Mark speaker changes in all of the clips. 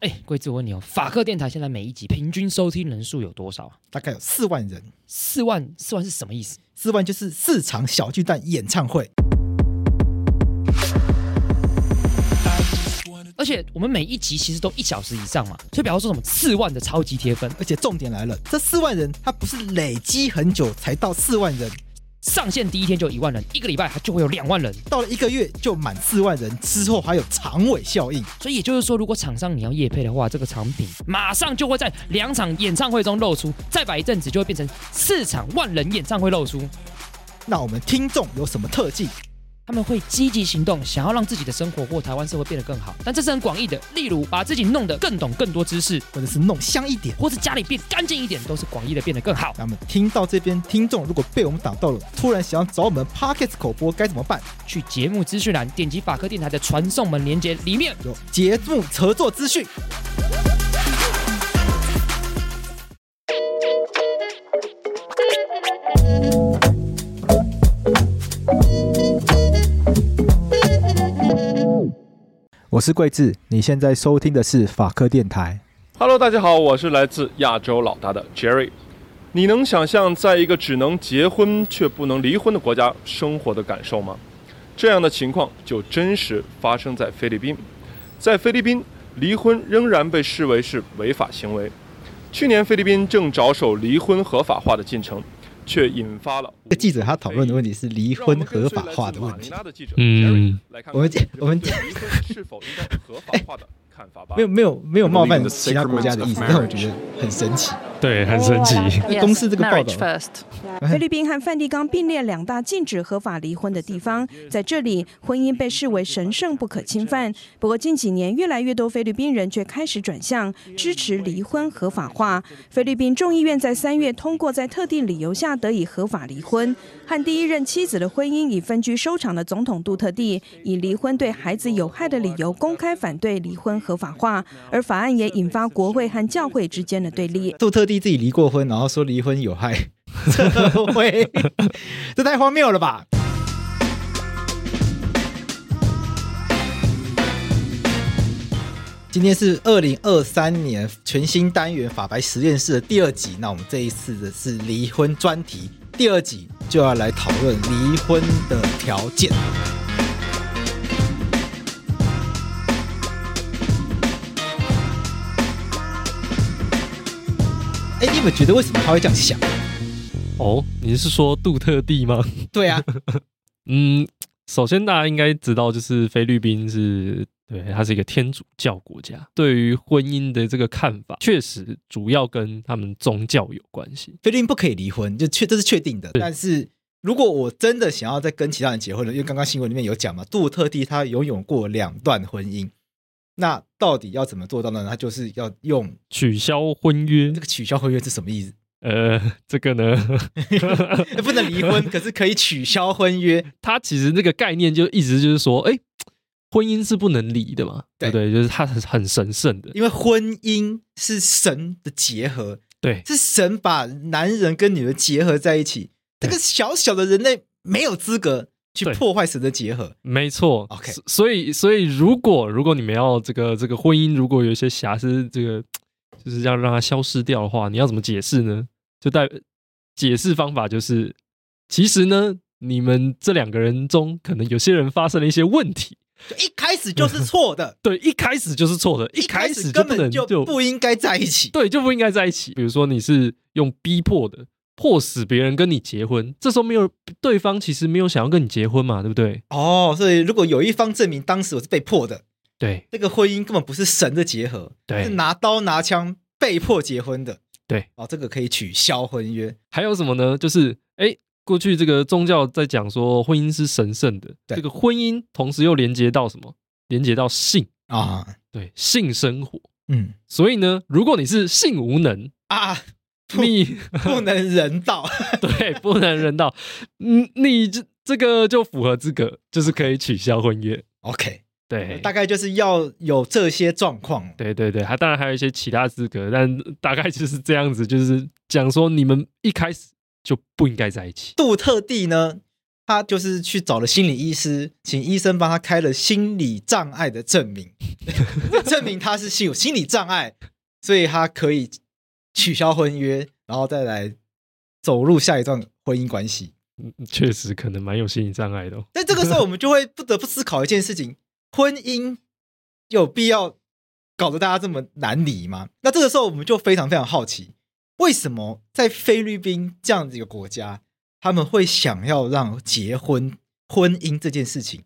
Speaker 1: 哎，贵子，我问你哦，法克电台现在每一集平均收听人数有多少啊？
Speaker 2: 大概有四万人，
Speaker 1: 四万，四万是什么意思？
Speaker 2: 四万就是四场小巨蛋演唱会。
Speaker 1: 而且我们每一集其实都一小时以上嘛，所以比方说什么四万的超级贴分，
Speaker 2: 而且重点来了，这四万人他不是累积很久才到四万人，
Speaker 1: 上线第一天就一万人，一个礼拜它就会有两万人。
Speaker 2: 到了一个月就满四万人，之后还有长尾效应。
Speaker 1: 所以也就是说，如果厂商你要夜配的话，这个产品马上就会在两场演唱会中露出，再摆一阵子就会变成四场万人演唱会露出。
Speaker 2: 那我们听众有什么特技？
Speaker 1: 他们会积极行动，想要让自己的生活或台湾社会变得更好。但这是很广义的，例如把自己弄得更懂更多知识，
Speaker 2: 或者是弄香一点？
Speaker 1: 或是家里变干净一点，都是广义的变得更好。
Speaker 2: 那么听到这边，听众如果被我们打到了，突然想要找我们 Pockets 口播该怎么办？
Speaker 1: 去节目资讯栏点击法科电台的传送门连接，里面
Speaker 2: 有节目合作资讯。我是桂智，你现在收听的是法科电台。
Speaker 3: Hello，大家好，我是来自亚洲老大的 Jerry。你能想象在一个只能结婚却不能离婚的国家生活的感受吗？这样的情况就真实发生在菲律宾。在菲律宾，离婚仍然被视为是违法行为。去年，菲律宾正着手离婚合法化的进程，却引发了
Speaker 2: 这个记者他讨论的问题是离婚合法化的问题，
Speaker 3: 让我们跟随来自马尼拉的记者
Speaker 4: 嗯
Speaker 3: Jerry 来看看
Speaker 2: 我们这我们
Speaker 3: 人对离婚是否应该合法化的看法吧。
Speaker 2: 没有没有没有冒犯其他国家的意思，但我觉得很神奇。
Speaker 4: 对，啊很神奇。
Speaker 2: 公司这个报道
Speaker 5: Marriage first.
Speaker 6: 菲律宾和梵蒂冈并列两大禁止合法离婚的地方，在这里，婚姻被视为神圣不可侵犯。不过，近几年越来越多菲律宾人却开始转向支持离婚合法化。菲律宾众议院在三月通过在特定理由下得以合法离婚，和第一任妻子的婚姻以分居收场的总统杜特地，以离婚对孩子有害的理由公开反对离婚合法化，而法案也引发国会和教会之间的对立。
Speaker 2: 杜特地自己离过婚，然后说离婚有害 社会，这太荒谬了吧！今天是二零二三年全新单元法白实验室的第二集，那我们这一次的是离婚专题，第二集就要来讨论离婚的条件。哎，你们觉得为什么他会这样想？
Speaker 4: 哦，你是说杜特地吗？
Speaker 2: 对啊，
Speaker 4: 嗯，首先大家应该知道，就是菲律宾是对，它是一个天主教国家，对于婚姻的这个看法，确实主要跟他们宗教有关系。
Speaker 2: 菲律宾不可以离婚，就确这是确定的。
Speaker 4: 是
Speaker 2: 但是如果我真的想要再跟其他人结婚了，因为刚刚新闻里面有讲嘛，杜特地他拥有过两段婚姻，那到底要怎么做到呢？他就是要用
Speaker 4: 取消婚约
Speaker 2: 这，个取消婚约是什么意思？
Speaker 4: 呃，这个呢，
Speaker 2: 哎不能离 婚，可是可以取消婚约。
Speaker 4: 它其实这个概念就一直就是说，哎、婚姻是不能离的嘛，
Speaker 2: 对
Speaker 4: 对不对？就是它很很神圣的，
Speaker 2: 因为婚姻是神的结合，
Speaker 4: 对，
Speaker 2: 是神把男人跟女人结合在一起。这
Speaker 4: 对
Speaker 2: 个小小的人类没有资格去
Speaker 4: 对
Speaker 2: 破坏神的结合。
Speaker 4: 没错
Speaker 2: OK
Speaker 4: 所所以所以如果如果你们要这个这个婚姻，如果有一些瑕疵，这个就是要让它消失掉的话，你要怎么解释呢？就代解释方法就是，其实呢，你们这两个人中，可能有些人发生了一些问题，，
Speaker 2: 就一开始就是错的
Speaker 4: 对，一开始就是错的，
Speaker 2: 一
Speaker 4: 开
Speaker 2: 开
Speaker 4: 始
Speaker 2: 始
Speaker 4: 就
Speaker 2: 根
Speaker 4: 不
Speaker 2: 本
Speaker 4: 能
Speaker 2: 就不应该在一起。
Speaker 4: 对，就不应该在一起。比如说你是用逼迫的，迫使别人跟你结婚，这时候没有对方其实没有想要跟你结婚嘛，对不对？
Speaker 2: 哦，所以如果有一方证明当时我是被迫的，
Speaker 4: 对
Speaker 2: 这个婚姻根本不是神的结合，
Speaker 4: 对
Speaker 2: 是拿刀拿枪被迫结婚的。
Speaker 4: 对，
Speaker 2: 哦，这个可以取消婚约。
Speaker 4: 还有什么呢？就是哎，过去这个宗教在讲说婚姻是神圣的，
Speaker 2: 对
Speaker 4: 这个婚姻同时又连接到什么？连接到性，
Speaker 2: 啊，
Speaker 4: 对性生活。
Speaker 2: 嗯
Speaker 4: 所以呢，如果你是性无能，
Speaker 2: 啊，
Speaker 4: 你
Speaker 2: 不能人道。
Speaker 4: 对不能人道，嗯，你这这个就符合资格，就是可以取消婚约。
Speaker 2: OK，
Speaker 4: 对，
Speaker 2: 大概就是要有这些状况。
Speaker 4: 对对对，还当然还有一些其他资格，但大概就是这样子，就是讲说你们一开始就不应该在一起。
Speaker 2: 杜特地呢，他就是去找了心理医师，请医生帮他开了心理障碍的证明，证明他是心有心理障碍，所以他可以取消婚约，然后再来走入下一段婚姻关系。
Speaker 4: 嗯确实可能蛮有心理障碍的、哦。
Speaker 2: 但这个时候，我们就会不得不思考一件事情：婚姻有必要搞得大家这么难理吗？那这个时候，我们就非常非常好奇，为什么在菲律宾这样子一个国家，他们会想要让结婚、婚姻这件事情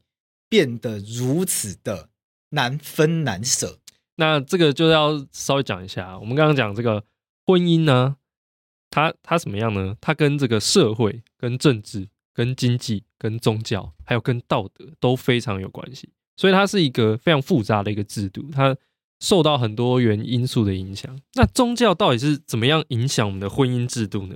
Speaker 2: 变得如此的难分难舍？
Speaker 4: 那这个就要稍微讲一下，我们刚刚讲这个婚姻呢，它它什么样呢？它跟这个社会、跟政治、跟经济、跟宗教，还有跟道德都非常有关系，所以它是一个非常复杂的一个制度，它受到很多元因素的影响。那宗教到底是怎么样影响我们的婚姻制度呢？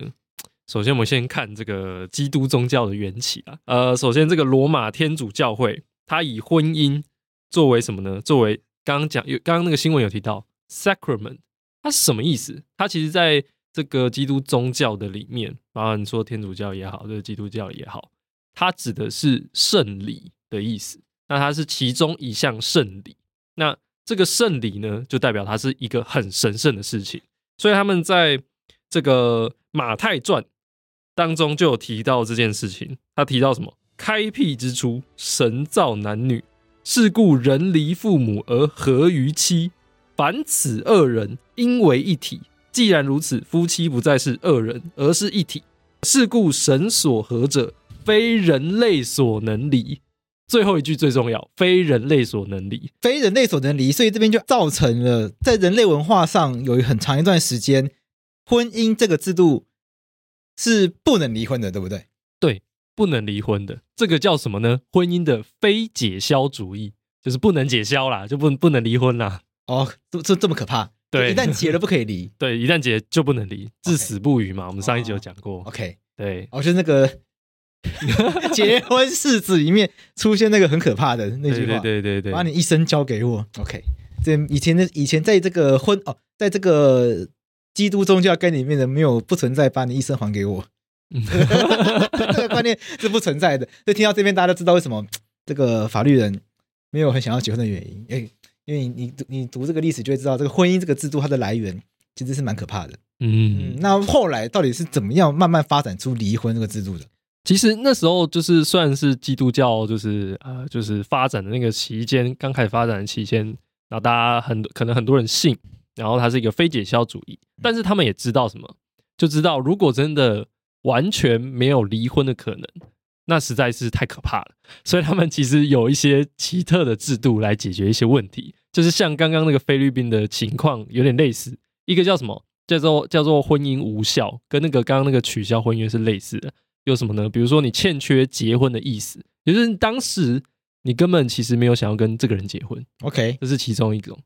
Speaker 4: 首先，我们先看这个基督宗教的缘起啊。呃，首先，这个罗马天主教会，它以婚姻作为什么呢？作为刚刚讲有刚刚那个新闻有提到 sacrament，它是什么意思？它其实在这个基督宗教的里面，包含说天主教也好，这个基督教也好，它指的是圣礼的意思。那它是其中一项圣礼。那这个圣礼呢，就代表它是一个很神圣的事情。所以他们在这个马太传当中就有提到这件事情。他提到什么？开辟之初，神造男女，是故人离父母而合于妻，凡此二人，因为一体。既然如此，夫妻不再是二人，而是一体。是故神所合者，非人类所能离。最后一句最重要，非人类所能离。
Speaker 2: 非人类所能离，所以这边就造成了在人类文化上有很长一段时间，婚姻这个制度是不能离婚的，对不对？
Speaker 4: 对，不能离婚的，这个叫什么呢？婚姻的非解消主义，就是不能解消啦，就不不能离婚啦。
Speaker 2: 哦，这这这么可怕，
Speaker 4: 对。
Speaker 2: 一旦结了不可以离
Speaker 4: 对，一旦结就不能离，至死不渝嘛。我们上一集有讲过，
Speaker 2: OK，
Speaker 4: 对，
Speaker 2: 哦，就是那 个结婚誓词里面出现那个很可怕的那句
Speaker 4: 对
Speaker 2: 话，
Speaker 4: 对对对
Speaker 2: 把
Speaker 4: 对，
Speaker 2: 你一生交给我。OK，这以前的以前在这个婚哦，在这个基督宗教概念里面的没有不存在，把你一生还给我，
Speaker 4: 嗯
Speaker 2: 这个观念是不存在的。所以听到这边，大家都知道为什么这个法律人没有很想要结婚的原因，因为因为你你读你读这个历史就会知道，这个婚姻这个制度它的来源其实是蛮可怕的。嗯
Speaker 4: 嗯，，
Speaker 2: 那后来到底是怎么样慢慢发展出离婚这个制度的？
Speaker 4: 其实那时候就是算是基督教，就是呃，就是发展的那个期间，刚开始发展的期间，然后大家很可能很多人信，然后它是一个非解消主义，但是他们也知道什么，就知道如果真的完全没有离婚的可能，那实在是太可怕了。 所以他们其实有一些奇特的制度来解决一些问题，就是像刚刚那个菲律宾的情况有点类似，一个叫什么叫做叫做婚姻无效，跟那个刚刚那个取消婚约是类似的。有什么呢？比如说你欠缺结婚的意思，也就是当时你根本其实没有想要跟这个人结婚，
Speaker 2: OK，
Speaker 4: 这是其中一种。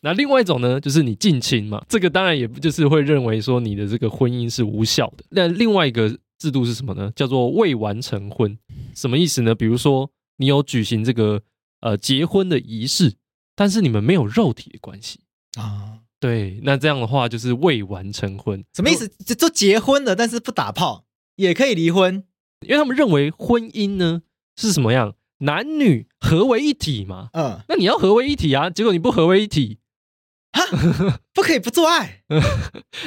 Speaker 4: 那另外一种呢，就是你近亲嘛，这个当然也不就是会认为说你的这个婚姻是无效的。那另外一个制度是什么呢？叫做未完成婚，什么意思呢？比如说你有举行这个呃结婚的仪式，但是你们没有肉体的关系。
Speaker 2: 啊，
Speaker 4: 对，那这样的话就是未完成婚，
Speaker 2: 什么意思？这都结婚了，但是不打炮也可以离婚。
Speaker 4: 因为他们认为婚姻呢是什么样，男女合为一体嘛。
Speaker 2: 嗯，
Speaker 4: 那你要合为一体啊，结果你不合为一体，
Speaker 2: 不可以不做爱。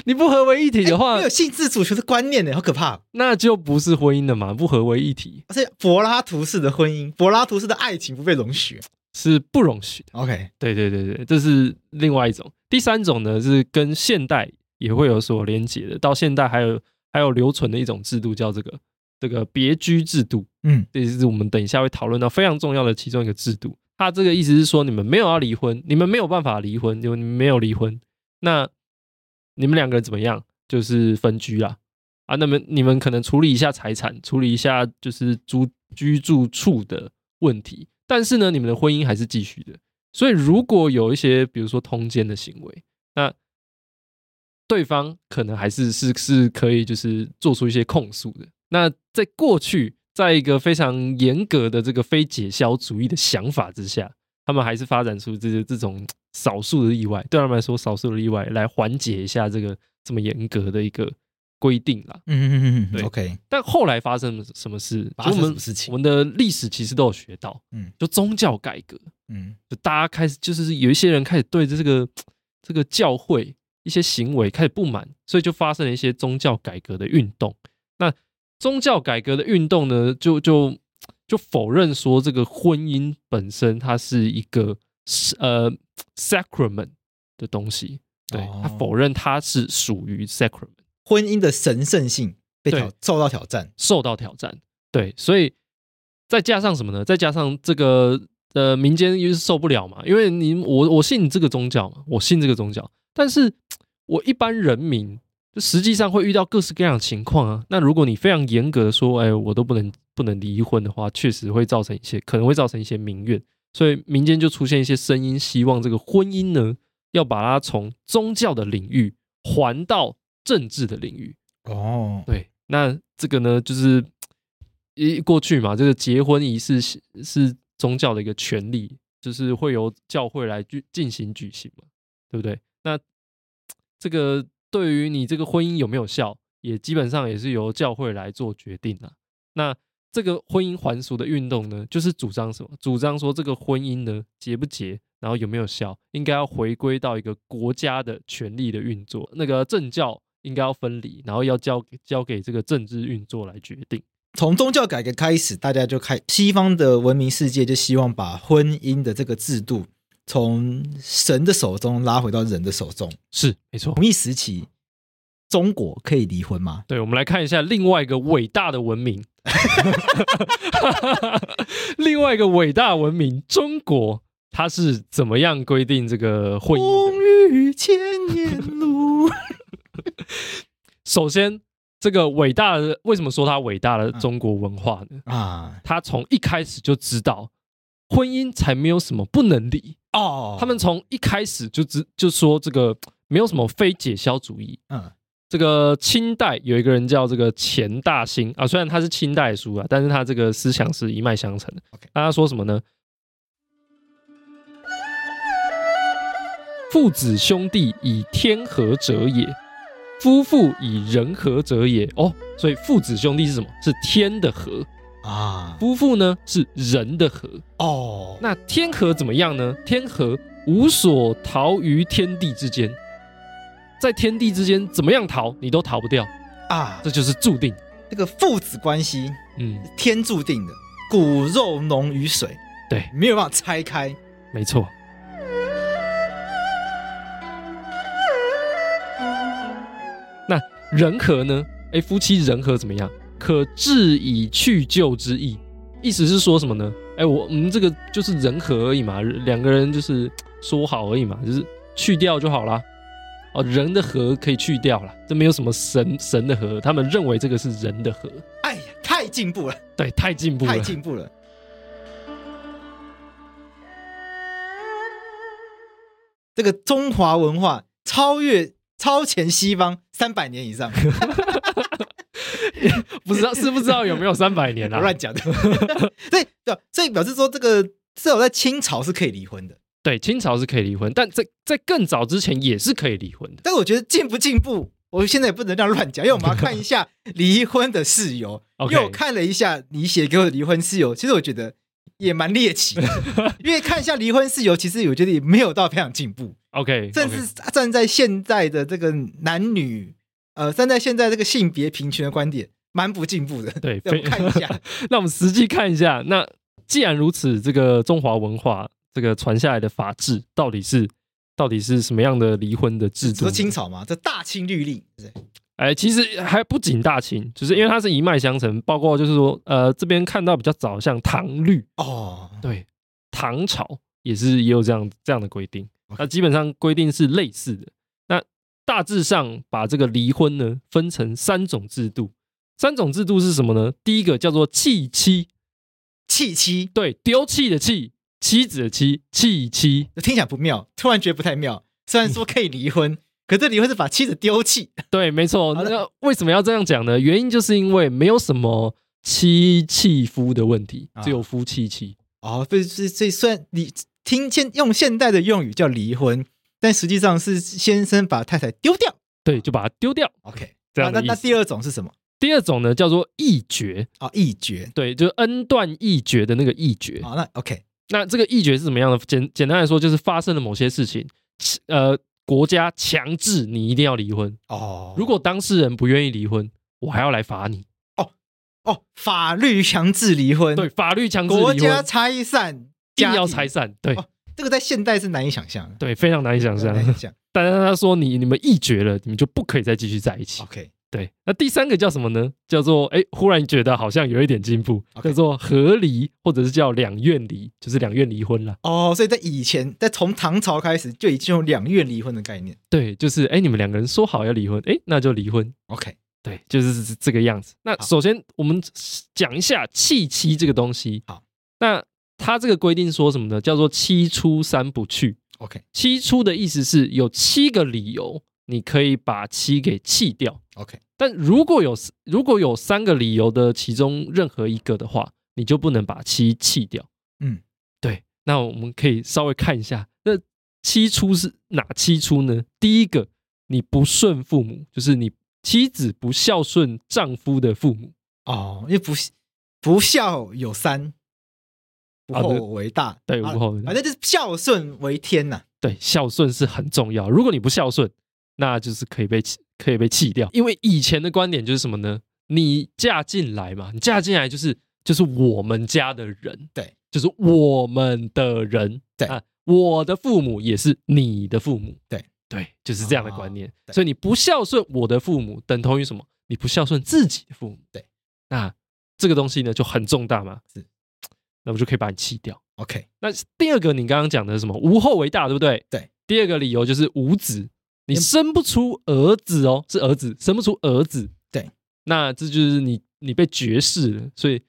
Speaker 4: 你不合为一体的话，
Speaker 2: 哎没有性自主权的观念呢，好可怕！
Speaker 4: 那就不是婚姻了嘛，不合为一体
Speaker 2: 而且柏拉图式的婚姻，柏拉图式的爱情不被容许。
Speaker 4: 是不容许的。
Speaker 2: OK，
Speaker 4: 对对对对，这是另外一种。第三种呢是跟现代也会有所连结的，到现代还有还有留存的一种制度叫这个这个别居制度。
Speaker 2: 嗯，
Speaker 4: 这也是我们等一下会讨论到非常重要的其中一个制度。它这个意思是说，你们没有要离婚，你们没有办法离婚，就你们没有离婚，那你们两个人怎么样？就是分居啦，啊，那么你们可能处理一下财产，处理一下就是租居住处的问题，但是呢，你们的婚姻还是继续的。所以如果有一些，比如说通奸的行为，那对方可能还是是是可以就是做出一些控诉的。那在过去，在一个非常严格的这个非解消主义的想法之下，他们还是发展出这些这种少数的意外，对他们来说少数的意外来缓解一下这个这么严格的一个规定啦。
Speaker 2: 嗯嗯嗯嗯
Speaker 4: 对
Speaker 2: ，OK，
Speaker 4: 但后来发生了什么事？
Speaker 2: 发生
Speaker 4: 就我
Speaker 2: 什
Speaker 4: 们
Speaker 2: 么事情
Speaker 4: 我们的历史其实都有学到，
Speaker 2: 嗯
Speaker 4: 就宗教改革，
Speaker 2: 嗯
Speaker 4: 就大家开始就是有一些人开始对这个这个教会一些行为开始不满，所以就发生了一些宗教改革的运动。那宗教改革的运动呢，就就就否认说这个婚姻本身它是一个是呃 sacrament 的东西，对，
Speaker 2: 哦
Speaker 4: 他否认它是属于 sacrament。
Speaker 2: 婚姻的神圣性被挑
Speaker 4: 对
Speaker 2: 受到挑战，
Speaker 4: 受到挑战。对，所以再加上什么呢？再加上这个呃，民间又是受不了嘛，因为你我我信这个宗教嘛，我信这个宗教，但是我一般人民就实际上会遇到各式各样的情况啊。那如果你非常严格的说，哎，我都不能不能离婚的话，确实会造成一些可能会造成一些民怨，所以民间就出现一些声音，希望这个婚姻呢要把它从宗教的领域还到政治的领域。
Speaker 2: 哦，
Speaker 4: 对，那这个呢，就是一过去嘛，这个结婚仪式是是宗教的一个权利，就是会由教会来举进行举行嘛，对不对？那这个对于你这个婚姻有没有效，也基本上也是由教会来做决定啦。那这个婚姻还俗的运动呢，就是主张什么？主张说这个婚姻呢结不结，然后有没有效，应该要回归到一个国家的权力的运作，那个政教应该要分离，然后要交交给这个政治运作来决定。
Speaker 2: 从宗教改革开始，大家就开西方的文明世界就希望把婚姻的这个制度从神的手中拉回到人的手中。
Speaker 4: 是，没错。
Speaker 2: 同一时期，中国可以离婚 吗？
Speaker 4: 对，我们来看一下另外一个伟大的文明， 另外一个伟大文明中国，它是怎么样规定这个婚姻的？
Speaker 2: 风雨千年路，
Speaker 4: 首先，这个伟大的为什么说它伟大的
Speaker 2: 嗯
Speaker 4: 中国文化呢？
Speaker 2: 啊，
Speaker 4: 他从一开始就知道婚姻才没有什么不能离。
Speaker 2: 哦
Speaker 4: 他们从一开始就知就说这个没有什么非解消主义。
Speaker 2: 嗯
Speaker 4: 这个清代有一个人叫这个钱大兴啊，虽然他是清代的书啊，但是他这个思想是一脉相承的
Speaker 2: OK。
Speaker 4: 那他说什么呢？父子兄弟以天合者也，夫妇以人合者也。哦，所以父子兄弟是什么？是天的合。
Speaker 2: 啊，
Speaker 4: 夫妇呢是人的和，
Speaker 2: 哦，
Speaker 4: 那天和怎么样呢？天和无所逃于天地之间，在天地之间怎么样逃你都逃不掉，
Speaker 2: 啊，
Speaker 4: 这就是注定。
Speaker 2: 这个父子关系
Speaker 4: 嗯，
Speaker 2: 天注定的，骨肉浓于水，
Speaker 4: 对
Speaker 2: 没有办法拆开。
Speaker 4: 没错。那人和呢？哎，夫妻人和怎么样？可治以去旧之意，意思是说什么呢？哎，我我们、这个就是人和而已嘛，两个人就是嘖说好而已嘛，就是去掉就好啦。哦，人的和可以去掉啦，这没有什么神神的和，他们认为这个是人的和。
Speaker 2: 哎呀，太进步了，
Speaker 4: 对，太进步了，
Speaker 2: 太进步了。这个中华文化超越超前西方三百年以上，
Speaker 4: 不知道是不知道有没有三百年
Speaker 2: 我
Speaker 4: 啊？
Speaker 2: 乱讲的。所以对，啊所以表示说，这个至少在清朝是可以离婚的。
Speaker 4: 对，清朝是可以离婚，但在在更早之前也是可以离婚的。
Speaker 2: 但是我觉得进不进步，我现在也不能这样乱讲，因为我们要看一下离婚的事由。
Speaker 4: OK
Speaker 2: 因为我看了一下你写给我的离婚事由，其实我觉得也蛮猎奇的， 因为看一下离婚事由，其实我觉得也没有到非常进步，
Speaker 4: OK，
Speaker 2: 甚至站在现在的这个男女，呃，站在现在这个性别平权的观点，蛮不进步的。
Speaker 4: 对
Speaker 2: 我们
Speaker 4: 非
Speaker 2: 看一下，
Speaker 4: 那我们实际看一下，那既然如此，这个中华文化这个传下来的法制到底是到底是什么样的离婚的制
Speaker 2: 你
Speaker 4: 度
Speaker 2: 说
Speaker 4: 呢？
Speaker 2: 清朝嘛，这大清律例，对不对
Speaker 4: 哎，其实还不仅大清，就是因为它是一脉相承，包括就是说，呃，这边看到比较早，像唐律，
Speaker 2: 哦，
Speaker 4: 对，唐朝也是也有这样这样的规定，
Speaker 2: OK
Speaker 4: 那基本上规定是类似的。那大致上把这个离婚呢分成三种制度，三种制度是什么呢？第一个叫做弃妻，
Speaker 2: 弃妻，
Speaker 4: 对，丢弃的弃，妻子的妻，弃妻，
Speaker 2: 听起来不妙，突然觉得不太妙。虽然说可以离 婚，可这离婚是把妻子丢弃，
Speaker 4: 对，没错。
Speaker 2: 好的
Speaker 4: 那为什么要这样讲呢？原因就是因为没有什么妻弃夫的问题，
Speaker 2: 啊
Speaker 4: 只有夫妻妻。
Speaker 2: 哦，对，所以所以虽然你听现用现代的用语叫离婚，但实际上是先生把太太丢掉。
Speaker 4: 对，就把它丢掉。
Speaker 2: OK，
Speaker 4: 这
Speaker 2: 那
Speaker 4: 样
Speaker 2: 那
Speaker 4: 的意思。
Speaker 2: 那第二种是什么？
Speaker 4: 第二种呢，叫做义绝，
Speaker 2: 啊，一绝
Speaker 4: 对，就是 n 段义绝的那个义绝。
Speaker 2: 啊，那 OK
Speaker 4: 那这个义绝是怎么样的？简简单来说，就是发生了某些事情，呃，国家强制你一定要离婚。
Speaker 2: 哦，
Speaker 4: 如果当事人不愿意离婚，我还要来罚你。
Speaker 2: 哦，法律强制离婚，
Speaker 4: 对，，法律强制
Speaker 2: 国
Speaker 4: 离
Speaker 2: 家
Speaker 4: 婚，
Speaker 2: 拆散，
Speaker 4: 硬
Speaker 2: 家
Speaker 4: 要
Speaker 2: 庭
Speaker 4: 拆，散。对
Speaker 2: 哦这个在现代是难以想象的，
Speaker 4: 对，非常难以想
Speaker 2: 非
Speaker 4: 象
Speaker 2: 常。难以想 象。
Speaker 4: 但是他说你你们义绝了，你们就不可以再继续在一起。
Speaker 2: OK，
Speaker 4: 对，那第三个叫什么呢？叫做哎，诶忽然觉得好像有一点进步
Speaker 2: OK
Speaker 4: 叫做和离，或者是叫两院离，就是两院离婚啦。
Speaker 2: 哦，所以在以前，在从唐朝开始就已经有两院离婚的概念。
Speaker 4: 对，就是哎，诶你们两个人说好要离婚，哎，那就离婚。
Speaker 2: OK，
Speaker 4: 对，就是这这个样子。那
Speaker 2: 好
Speaker 4: 首先我们讲一下弃妻这个东西。
Speaker 2: 好，
Speaker 4: 那它这个规定说什么呢？叫做七出三不去。
Speaker 2: OK
Speaker 4: 七出的意思是有七个理由，你可以把妻给弃掉。
Speaker 2: OK，
Speaker 4: 但如果有如果有三个理由的其中任何一个的话，你就不能把七弃掉。
Speaker 2: 嗯，
Speaker 4: 对。那我们可以稍微看一下，那七出是哪七出呢？第一个，你不顺父母，就是你妻子不孝顺丈夫的父母。
Speaker 2: 哦，因为不不孝有三，不
Speaker 4: 啊
Speaker 2: 厚
Speaker 4: 对
Speaker 2: 为大，
Speaker 4: 对
Speaker 2: 啊
Speaker 4: 不厚为大
Speaker 2: 反正就是孝顺为天呐、
Speaker 4: 对，孝顺是很重要。如果你不孝顺，那就是可以被弃可以被弃掉。因为以前的观点就是什么呢？你嫁进来嘛，你嫁进来就是就是我们家的人，
Speaker 2: 对，
Speaker 4: 就是我们的人，
Speaker 2: 对
Speaker 4: 啊，我的父母也是你的父母，
Speaker 2: 对哦
Speaker 4: 对，就是这样的观念。
Speaker 2: 对
Speaker 4: 所以你不孝顺我的父母，等同于什么？你不孝顺自己的父母，
Speaker 2: 对，
Speaker 4: 那这个东西呢就很重大嘛，
Speaker 2: 是，
Speaker 4: 那我就可以把你弃掉。
Speaker 2: OK，
Speaker 4: 那第二个，你刚刚讲的是什么？无后为大，对不对？
Speaker 2: 对。嗯
Speaker 4: 第二个理由就是无子，你生不出儿子哦，是儿子，生不出儿子。
Speaker 2: 对。
Speaker 4: 那这就是你，你被绝世了，所以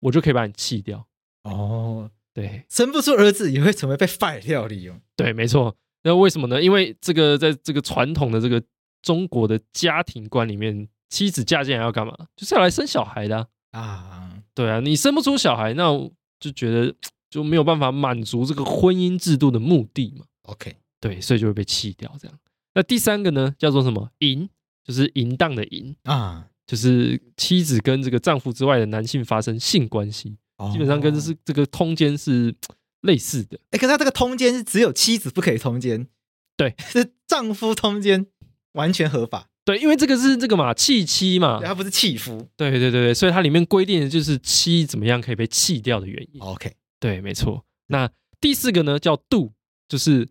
Speaker 4: 我就可以把你弃掉。
Speaker 2: 哦，
Speaker 4: 对，
Speaker 2: 生不出儿子也会成为被 fire 掉的理由。
Speaker 4: 对，没错。那为什么呢？因为这个，在这个传统的这个中国的家庭观里面，妻子嫁进来要干嘛？就是要来生小孩的啊、
Speaker 2: 啊，
Speaker 4: 对啊，你生不出小孩，那我就觉得就没有办法满足这个婚姻制度的目的嘛。
Speaker 2: OK，
Speaker 4: 对，所以就会被弃掉。这样，那第三个呢，叫做什么？淫，就是淫荡的淫，
Speaker 2: 啊，
Speaker 4: 就是妻子跟这个丈夫之外的男性发生性关系，
Speaker 2: 哦
Speaker 4: 基本上跟这是这个通奸是类似的。
Speaker 2: 哎、可是他这个通奸是只有妻子不可以通奸，
Speaker 4: 对，
Speaker 2: 是丈夫通奸完全合法，
Speaker 4: 对，因为这个是这个嘛，弃妻嘛
Speaker 2: 对，他不是弃夫。
Speaker 4: 对对对对，所以它里面规定的就是妻怎么样可以被弃掉的原因。
Speaker 2: OK，
Speaker 4: 对，没错。那第四个呢，叫妒，就是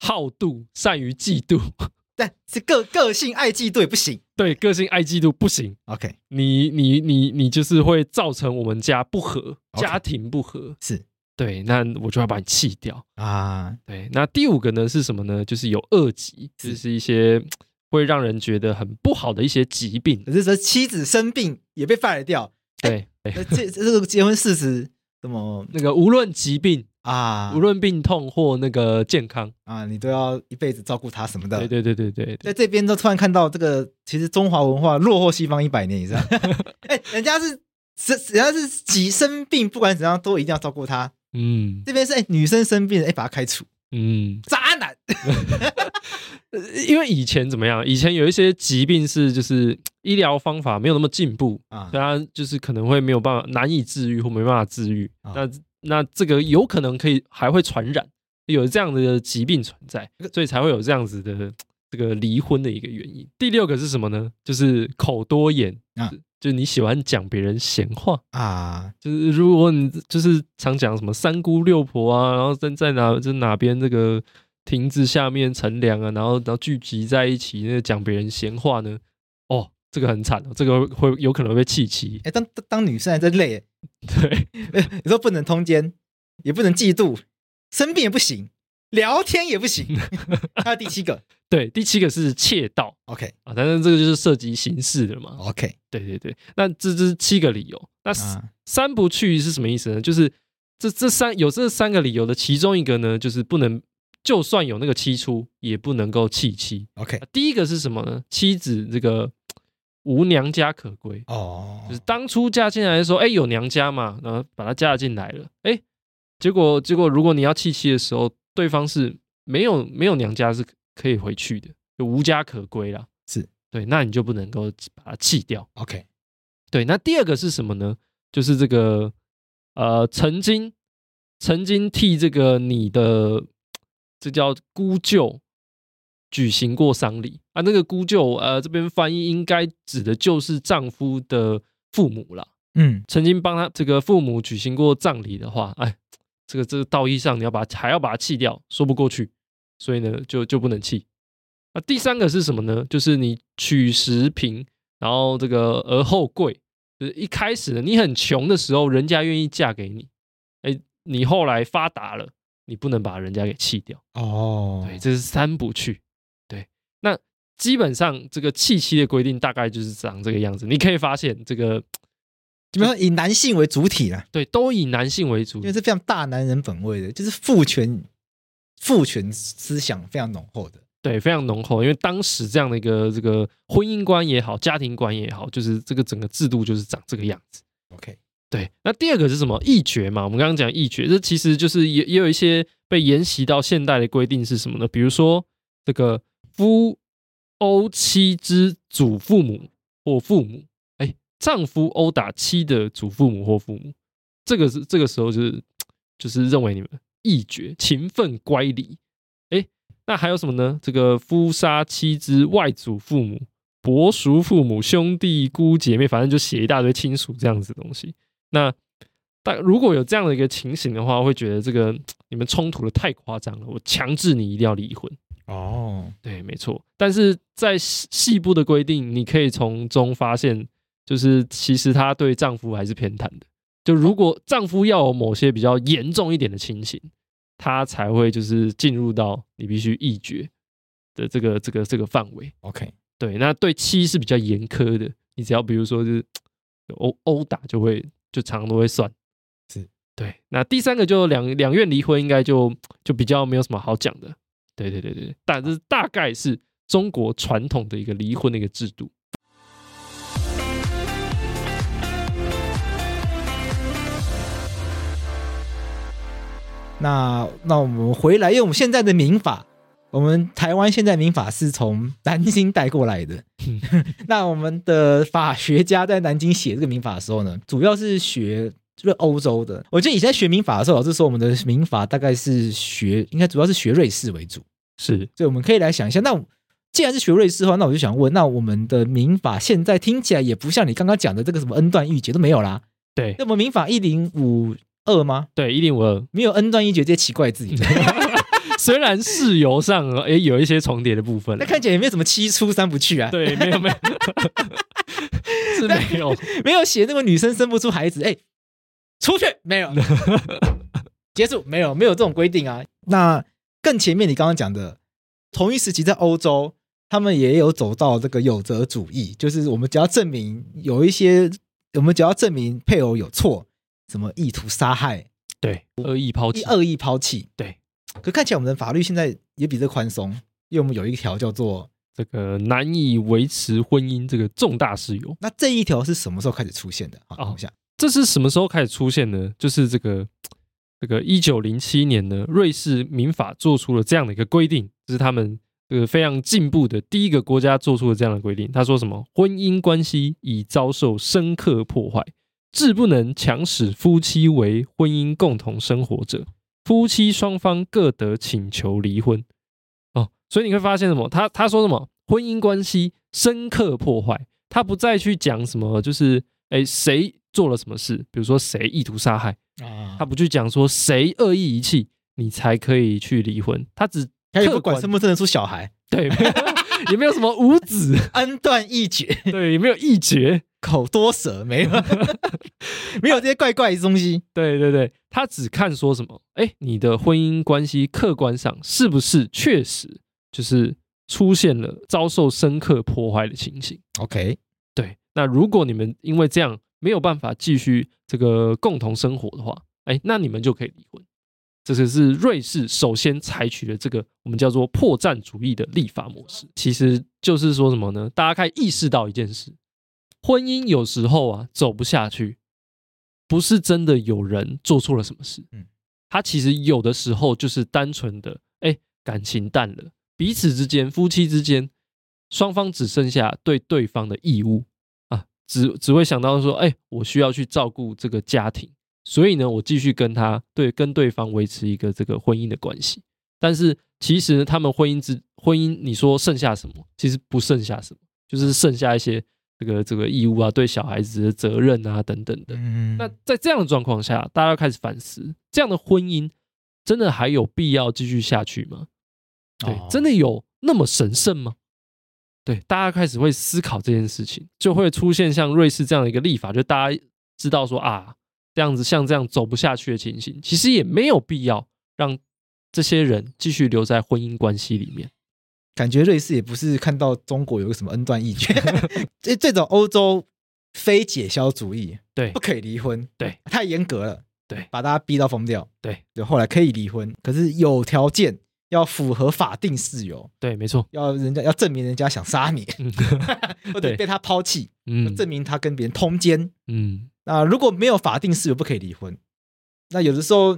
Speaker 4: 好妒，善于嫉妒，
Speaker 2: 但是个个性爱嫉妒也不行。
Speaker 4: 对，个性爱嫉妒不行。
Speaker 2: OK，
Speaker 4: 你你你你就是会造成我们家不和，
Speaker 2: OK
Speaker 4: 家庭不和。
Speaker 2: 是
Speaker 4: 对，那我就要把你弃掉。
Speaker 2: 啊，
Speaker 4: 对，那第五个呢是什么呢？就是有恶疾，
Speaker 2: 是
Speaker 4: 就是一些嗯会让人觉得很不好的一些疾病
Speaker 2: 可。是说妻子生病也被 fire 掉，
Speaker 4: 对，
Speaker 2: 那这这个结婚事实怎么
Speaker 4: 那个无论疾病，
Speaker 2: 啊？
Speaker 4: 无论病痛或那个健康，
Speaker 2: 啊，你都要一辈子照顾他什么的。
Speaker 4: 对对对对对
Speaker 2: 在
Speaker 4: 对，
Speaker 2: 这边都突然看到这个，其实中华文化落后西方一百年 以上。哎、人家是是人家是几生病，不管怎样都一定要照顾他。
Speaker 4: 嗯
Speaker 2: 这边是哎、女生生病了，哎、把他开除，
Speaker 4: 嗯，
Speaker 2: 渣男。
Speaker 4: 呃因为以前怎么样？以前有一些疾病是就是嗯医疗方法没有那么进步，
Speaker 2: 啊
Speaker 4: 对啊，就是可能会没有办法难以治愈或没办法治愈。
Speaker 2: 啊
Speaker 4: 那那这个有可能可以还会传染，有这样的疾病存在，所以才会有这样子的这个离婚的一个原因。第六个是什么呢？就是口多言
Speaker 2: 啊
Speaker 4: 就是你喜欢讲别人闲话。
Speaker 2: 啊，
Speaker 4: 就是如果你就是常讲什么三姑六婆啊，然后在在哪就是哪边这个亭子下面乘凉啊，然后然后聚集在一起，那个讲别人闲话呢，哦，这个很惨哦，这个会有可能会被弃妻
Speaker 2: 哎、。当当当女生还真累。
Speaker 4: 对，
Speaker 2: 哎你说不能通奸，也不能嫉妒，生病也不行，聊天也不 行。还有第七个
Speaker 4: 对，第七个是窃盗
Speaker 2: ，OK
Speaker 4: 啊，但是这个就是涉及刑事的嘛。
Speaker 2: OK
Speaker 4: 对对对，那这这是七个理由。那三
Speaker 2: 啊
Speaker 4: 三不去是什么意思呢？就是这这三有这三个理由的其中一个呢，就是不能，就算有那个七出，也不能够弃妻。
Speaker 2: OK
Speaker 4: 啊第一个是什么呢？妻子这个无娘家可归，
Speaker 2: 哦
Speaker 4: 就是当初嫁进来的时候，哎，有娘家嘛，然后把她嫁进来了，哎，结果结果如果你要弃妻的时候，对方是没有没有娘家是可以回去的，就无家可归啦。
Speaker 2: 是
Speaker 4: 对，那你就不能够把它弃掉。
Speaker 2: OK，
Speaker 4: 对，那第二个是什么呢？就是这个呃，曾经曾经替这个你的这叫姑舅举行过丧礼啊。那个姑舅呃，这边翻译应该指的就是丈夫的父母啦。
Speaker 2: 嗯，
Speaker 4: 曾经帮他这个父母举行过葬礼的话，哎，这个这个道义上你要把还要把它弃掉，说不过去，所以呢就就不能弃。那第三个是什么呢？就是你取十贫，然后这个而后贵，就是一开始呢你很穷的时候，人家愿意嫁给你，哎，你后来发达了，你不能把人家给弃掉。
Speaker 2: 哦
Speaker 4: 对，这是三部曲。对，那基本上这个弃妻的规定大概就是长这个样子。你可以发现这个
Speaker 2: 基本上以男性为主体啦，
Speaker 4: 对都以男性为主
Speaker 2: 因为是非常大男人本位的，就是父权父权思想非常浓厚的。
Speaker 4: 对，非常浓厚。因为当时这样的一个这个婚姻观也好，家庭观也好，就是这个整个制度就是长这个样子。
Speaker 2: OK，
Speaker 4: 对，那第二个是什么？义绝嘛，我们刚刚讲义绝，这其实就是也也有一些被沿袭到现代的规定是什么呢？比如说这个夫殴妻之祖父母或父母，哎，丈夫殴打妻的祖父母或父母，这个是这个时候就是就是认为你们义绝、勤奋、乖离。哎，那还有什么呢？这个夫杀妻之外祖父母、伯叔父母、兄弟姑姐妹，反正就写一大堆亲属这样子的东西。那但如果有这样的一个情形的话，会觉得这个你们冲突的太夸张了，我强制你一定要离婚。
Speaker 2: 哦，
Speaker 4: 对，没错。但是在细细部的规定，你可以从中发现，就是其实她对丈夫还是偏袒的。就如果丈夫要有某些比较严重一点的情形，她才会就是进入到你必须一决的这个这个这个范围。
Speaker 2: ，OK，
Speaker 4: 对，那对妻是比较严苛的，你只要比如说就是殴殴打就会就常常都会算。
Speaker 2: 是
Speaker 4: 对，那第三个就两两院离婚，应该就就比较没有什么好讲的。对对对对，但这大概是中国传统的一个离婚的一个制度。
Speaker 2: 那那我们回来，因为我们现在的民法，我们台湾现在民法是从南京带过来的。 那我们的法学家在南京写这个民法的时候呢，主要是学就是欧洲的。我记得以前在学民法的时候，老师说我们的民法大概是学，应该主要是学瑞士为主。
Speaker 4: 是
Speaker 2: 所以我们可以来想一下，那既然是学瑞士的话，那我就想问，那我们的民法现在听起来也不像你刚刚讲的这个什么恩断义绝都没有啦。
Speaker 4: 对
Speaker 2: 那我们民法一零五二吗？
Speaker 4: 对，一零五二，
Speaker 2: 没有恩断义绝这些奇怪字眼，
Speaker 4: 虽然事由上呃也有一些重叠的部分
Speaker 2: 那
Speaker 4: 了，
Speaker 2: 看起来也没有什么七出三不去啊，
Speaker 4: 对，没有没有， 是没有，
Speaker 2: 没有写那个女生生不出孩子，哎、出去没 有，结束没有，没有这种规定啊。那更前面你刚刚讲的，同一时期在欧洲，他们也有走到这个有责主义，就是我们只要证明有一些，我们只要证明配偶有错，什么意图杀害、
Speaker 4: 对，恶意抛弃，
Speaker 2: 恶意抛弃，
Speaker 4: 对。
Speaker 2: 可看起来我们的法律现在也比这宽松，因为我们有一条叫做
Speaker 4: 这个难以维持婚姻这个重大事由。
Speaker 2: 那这一条是什么时候开始出现的？好，
Speaker 4: 哦
Speaker 2: 等一下，
Speaker 4: 这是什么时候开始出现呢？就是这个这个一九零七年呢，瑞士民法做出了这样的一个规定，这是他们这个非常进步的第一个国家做出了这样的规定。他说什么？婚姻关系已遭受深刻破坏，致不能强使夫妻为婚姻共同生活者，夫妻双方各得请求离婚。哦，所以你会发现什么？他他说什么？婚姻关系深刻破坏，他不再去讲什么，就是哎谁做了什么事，比如说谁意图杀害，
Speaker 2: 啊
Speaker 4: 他不去讲说谁恶意遗弃，你才可以去离婚。他只
Speaker 2: 他也不
Speaker 4: 客观
Speaker 2: 管生不生得出小孩，
Speaker 4: 对，没有也没有什么无子，
Speaker 2: 恩断义绝。
Speaker 4: 对，也没有义绝，
Speaker 2: 口多舌没 有，没有这些怪怪的东西。
Speaker 4: 对对对，他只看说什么，哎，你的婚姻关系客观上是不是确实就是出现了遭受深刻破坏的情形。
Speaker 2: OK，
Speaker 4: 对，那如果你们因为这样没有办法继续这个共同生活的话，哎，那你们就可以离婚。这个是瑞士首先采取的这个我们叫做破绽主义的立法模式，其实就是说什么呢？大家可以意识到一件事：婚姻有时候啊走不下去，不是真的有人做错了什么事，
Speaker 2: 嗯
Speaker 4: 嗯，他其实有的时候就是单纯的，哎，感情淡了，彼此之间、夫妻之间双方只剩下对对方的义务啊，只只会想到说，哎，我需要去照顾这个家庭，所以呢，我继续跟他对跟对方维持一个这个婚姻的关系。但是其实呢他们婚姻之婚姻，你说剩下什么？其实不剩下什么，就是剩下一些这个这个义务啊，对小孩子的责任啊等等的。
Speaker 2: 嗯，
Speaker 4: 那在这样的状况下，大家要开始反思，这样的婚姻真的还有必要继续下去吗？对，
Speaker 2: 哦
Speaker 4: 真的有那么神圣吗？对，大家开始会思考这件事情，就会出现像瑞士这样的一个立法，就大家知道说啊，这样子像这样走不下去的情形，其实也没有必要让这些人继续留在婚姻关系里面。
Speaker 2: 感觉瑞士也不是看到中国有个什么恩断义 绝，这这种欧洲非解消主义，
Speaker 4: 对
Speaker 2: 不可以离婚，
Speaker 4: 对，
Speaker 2: 太严格了，
Speaker 4: 对
Speaker 2: 把大家逼到疯掉，
Speaker 4: 对，
Speaker 2: 就后来可以离婚，可是有条件，要符合法定事由，
Speaker 4: 对，没错，
Speaker 2: 要人家要证明人家想杀你，
Speaker 4: 嗯
Speaker 2: 或
Speaker 4: 对
Speaker 2: 者被他抛弃，要
Speaker 4: 嗯
Speaker 2: 证明他跟别人通奸，
Speaker 4: 嗯，
Speaker 2: 那如果没有法定事由，不可以离婚。那有的时候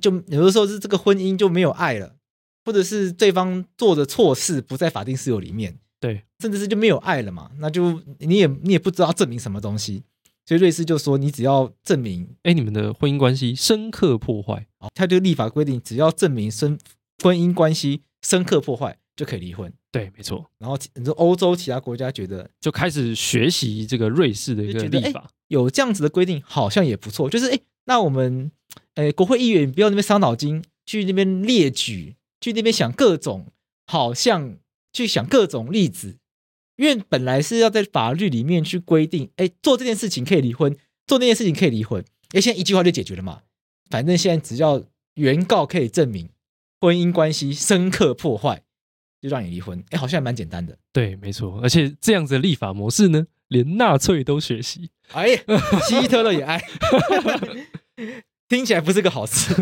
Speaker 2: 就有的时候是这个婚姻就没有爱了，或者是对方做的错事不在法定事由里面，
Speaker 4: 对，
Speaker 2: 甚至是就没有爱了嘛，那就你也你也不知道证明什么东西。所以瑞士就说，你只要证明，
Speaker 4: 哎，你们的婚姻关系深刻破坏，
Speaker 2: 哦他就立法规定，只要证明深婚姻关系深刻破坏就可以离婚。
Speaker 4: 对，没错。
Speaker 2: 然后其你说欧洲其他国家觉得
Speaker 4: 就开始学习这个瑞士的一
Speaker 2: 就
Speaker 4: 个
Speaker 2: 觉得
Speaker 4: 立法。
Speaker 2: 有这样子的规定，好像也不错。就是哎，诶那我们哎，诶国会议员不要那边伤脑筋，去那边列举，去那边想各种，好像去想各种例子，因为本来是要在法律里面去规定，哎，做这件事情可以离婚，做那件事情可以离婚。哎，现在一句话就解决了嘛。反正现在只要原告可以证明婚姻关系深刻破坏，就让你离婚。哎，好像还蛮简单的。
Speaker 4: 对，没错。而且这样子的立法模式呢，连纳粹都学习。
Speaker 2: 哎呀，希特勒也爱，听起来不是个好 事。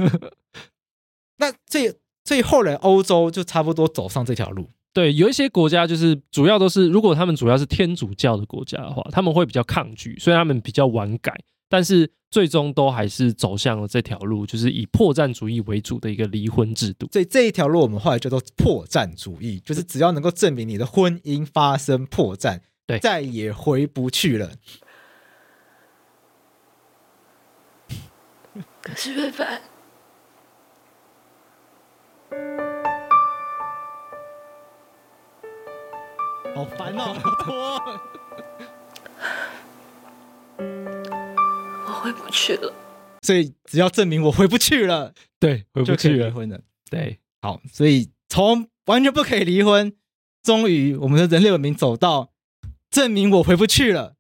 Speaker 2: 那这所以后来欧洲就差不多走上这条路，
Speaker 4: 对，有一些国家就是主要都是，如果他们主要是天主教的国家的话，他们会比较抗拒，所以他们比较晚改，但是最终都还是走向了这条路，就是以破绽主义为主的一个离婚制度。
Speaker 2: 所以这一条路我们后来叫做破绽主义，就是只要能够证明你的婚姻发生破绽，
Speaker 4: 对
Speaker 2: 再也回不去了。
Speaker 5: 可是瑞凡，
Speaker 2: 好烦
Speaker 4: 哦
Speaker 2: 恼，好多。
Speaker 5: 我回不去了。
Speaker 2: 所以只要证明我回不去了，
Speaker 4: 对，回
Speaker 2: 就
Speaker 4: 不
Speaker 2: 可以
Speaker 4: 去
Speaker 2: 离
Speaker 4: 了。
Speaker 2: 婚了。
Speaker 4: 对，
Speaker 2: 好，所以从完全不可以离婚，终于我们的人类文明走到证明我回不去了，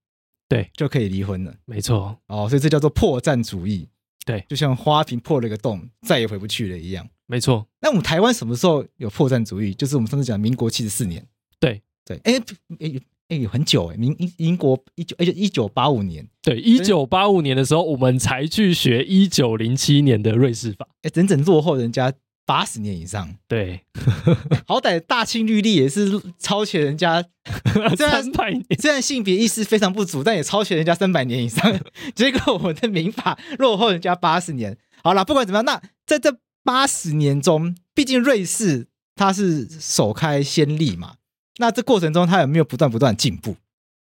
Speaker 4: 对，
Speaker 2: 就可以离婚了。
Speaker 4: 没错，
Speaker 2: 哦，所以这叫做破绽主义。
Speaker 4: 对
Speaker 2: 就像花瓶破了个洞，再也回不去了一样。
Speaker 4: 没错。
Speaker 2: 那我们台湾什么时候有破绽主义？就是我们上次讲民国七十四年。
Speaker 4: 对
Speaker 2: 对，哎哎哎，很久哎，民英英国一九哎一九八五年，
Speaker 4: 对，一九八五年的时候，我们才去学一九零七年的瑞士法。
Speaker 2: 哎，整整落后人家八十年以上。
Speaker 4: 对，
Speaker 2: 好歹大清律例也是超前人家， 虽然
Speaker 4: 三百年。
Speaker 2: 虽然性别意识非常不足，但也超前人家三百年以上。结果我们的民法落后人家八十年。好啦，不管怎么样，那在这八十年中，毕竟瑞士它是首开先例嘛，那这过程中它有没有不断不断进步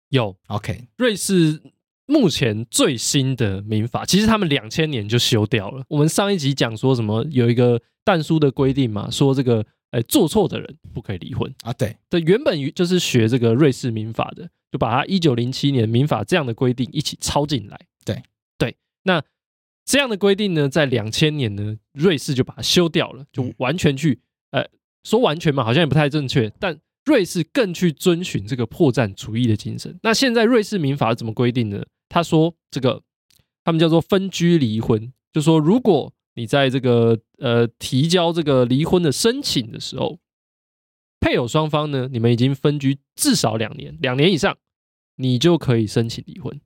Speaker 4: 有
Speaker 2: ？OK，
Speaker 4: 瑞士目前最新的民法，其实他们两千年就修掉了。我们上一集讲说什么有一个但书的规定嘛，说这个哎做错的人不可以离婚。
Speaker 2: 啊，对，
Speaker 4: 这原本就是学这个瑞士民法的，就把它一九零七年民法这样的规定一起抄进来。
Speaker 2: 对
Speaker 4: 对，那这样的规定呢，在两千年呢，瑞士就把它修掉了，就
Speaker 2: 嗯
Speaker 4: 完全去、呃说完全嘛，好像也不太正确，但瑞士更去遵循这个破绽主义的精神。那现在瑞士民法怎么规定呢？他说这个他们叫做分居离婚，就说如果你在这个呃提交这个离婚的申请的时候，配偶双方呢，你们已经分居至少两年，两年以上，你就可以申请离婚。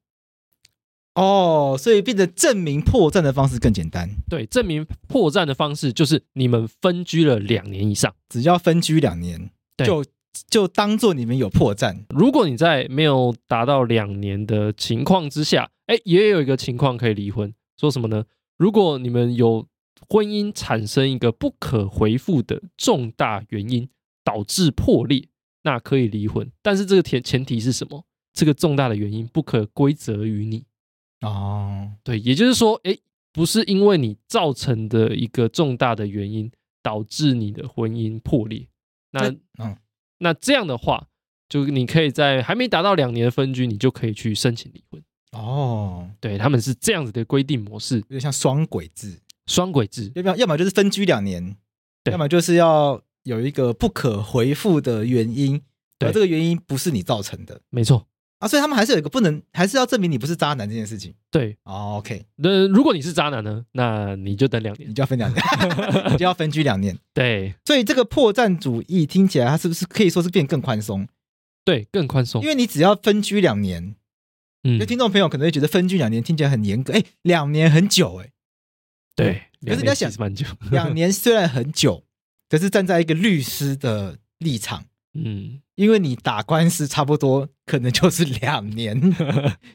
Speaker 2: 哦，所以变得证明破绽的方式更简单，
Speaker 4: 对，证明破绽的方式就是你们分居了两年以上。
Speaker 2: 只要分居两年，
Speaker 4: 对
Speaker 2: 就就当做你们有破绽，
Speaker 4: 如果你在没有达到两年的情况之下，哎，也有一个情况可以离婚，说什么呢？如果你们有婚姻产生一个不可回复的重大原因，导致破裂，那可以离婚。但是这个前前提是什么？这个重大的原因不可归责于你。
Speaker 2: 哦，
Speaker 4: 对，也就是说，诶，不是因为你造成的一个重大的原因导致你的婚姻破裂。那
Speaker 2: 嗯，
Speaker 4: 那这样的话，就你可以在还没达到两年的分居，你就可以去申请离婚。
Speaker 2: 哦，
Speaker 4: 对，他们是这样子的规定模式，
Speaker 2: 有点像双轨制，
Speaker 4: 双轨制。
Speaker 2: 要不要？要么就是分居两年，
Speaker 4: 对
Speaker 2: 要么就是要有一个不可回复的原因，
Speaker 4: 对
Speaker 2: 而这个原因不是你造成的
Speaker 4: 没错，
Speaker 2: 啊，所以他们还是有一个不能，还是要证明你不是渣男这件事情。
Speaker 4: 对。
Speaker 2: 哦，OK，
Speaker 4: 那如果你是渣男呢，那你就等两年
Speaker 2: 你。就要分两年， 你就要分居两年。
Speaker 4: 对
Speaker 2: 所以这个破绽主义听起来，它是不是可以说是变更宽松？
Speaker 4: 对，更宽松
Speaker 2: 因。为你只要分居两年，
Speaker 4: 哦嗯
Speaker 2: 有，听众朋友可能会觉得分居两年听起来很严格，哎，两年很久，哎，
Speaker 4: 对。
Speaker 2: 嗯可是你
Speaker 4: 两
Speaker 2: 要
Speaker 4: 年其
Speaker 2: 想
Speaker 4: 实蛮久。
Speaker 2: 两年虽然很久，可是站在一个律师的立场，
Speaker 4: 嗯，
Speaker 2: 因为你打官司差不多可能就是两年，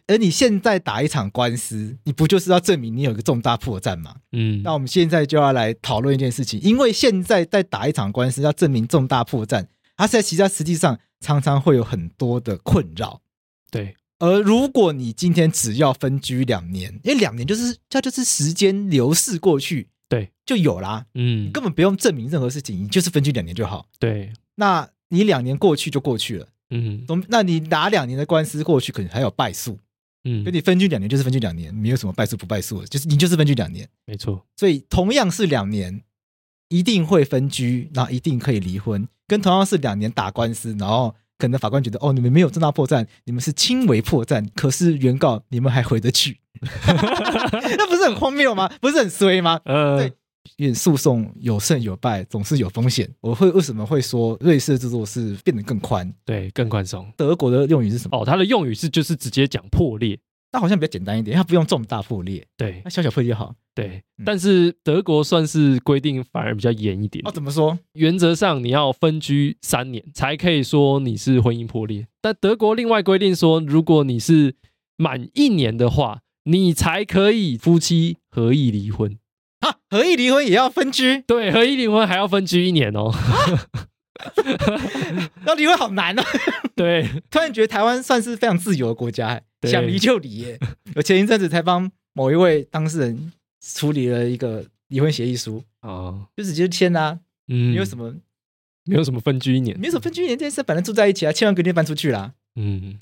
Speaker 2: 而你现在打一场官司，你不就是要证明你有一个重大破绽吗？
Speaker 4: 嗯
Speaker 2: 那我们现在就要来讨论一件事情，因为现在在打一场官司要证明重大破绽，它在其实实际上常常会有很多的困扰。
Speaker 4: 对
Speaker 2: 而如果你今天只要分居两年，因为两年就是它就是时间流逝过去，
Speaker 4: 对，
Speaker 2: 就有啦，
Speaker 4: 嗯
Speaker 2: 根本不用证明任何事情，你就是分居两年就好。
Speaker 4: 对
Speaker 2: 那你两年过去就过去了，
Speaker 4: 嗯
Speaker 2: 总那你拿两年的官司过去，可能还有败诉，
Speaker 4: 嗯
Speaker 2: 可，你分居两年就是分居两年，没有什么败诉不败诉的，就是你就是分居两年。
Speaker 4: 没错。
Speaker 2: 所以同样是两年，一定会分居，那一定可以离婚。跟同样是两年打官司，然后可能法官觉得哦，你们没有重大破绽，你们是轻微破绽，可是原告你们还回得去，那不是很荒谬吗？不是很衰吗？
Speaker 4: 呃
Speaker 2: 对，因为诉讼有胜有败，总是有风险。我会为什么会说瑞士的制度是变得更宽？
Speaker 4: 对，更宽松。
Speaker 2: 德国的用语是什么？
Speaker 4: 哦，他的用语是就是直接讲破裂。
Speaker 2: 那好像比较简单一点，它不用重大破裂，
Speaker 4: 对
Speaker 2: 那小小破裂就好。
Speaker 4: 对
Speaker 2: 哎嗯，
Speaker 4: 但是德国算是规定反而比较严一点
Speaker 2: 哦，。怎么说？
Speaker 4: 原则上你要分居三年才可以说你是婚姻破裂。但德国另外规定说，如果你是满一年的话，你才可以夫妻合意离婚。
Speaker 2: 啊，合意离婚也要分居？
Speaker 4: 对，合意离婚还要分居一年哦。
Speaker 2: 要离婚好难哦。
Speaker 4: 对，
Speaker 2: 突然觉得台湾算是非常自由的国家，
Speaker 4: 对
Speaker 2: 想离就离耶。我前一阵子才帮某一位当事人处理了一个离婚协议书，
Speaker 4: 哦，
Speaker 2: 就直接签啦、
Speaker 4: 嗯，
Speaker 2: 没有什么，
Speaker 4: 没有什么分居一年，
Speaker 2: 没有什么分居年这件事，反正住在一起啊，签完隔天搬出去啦，
Speaker 4: 嗯，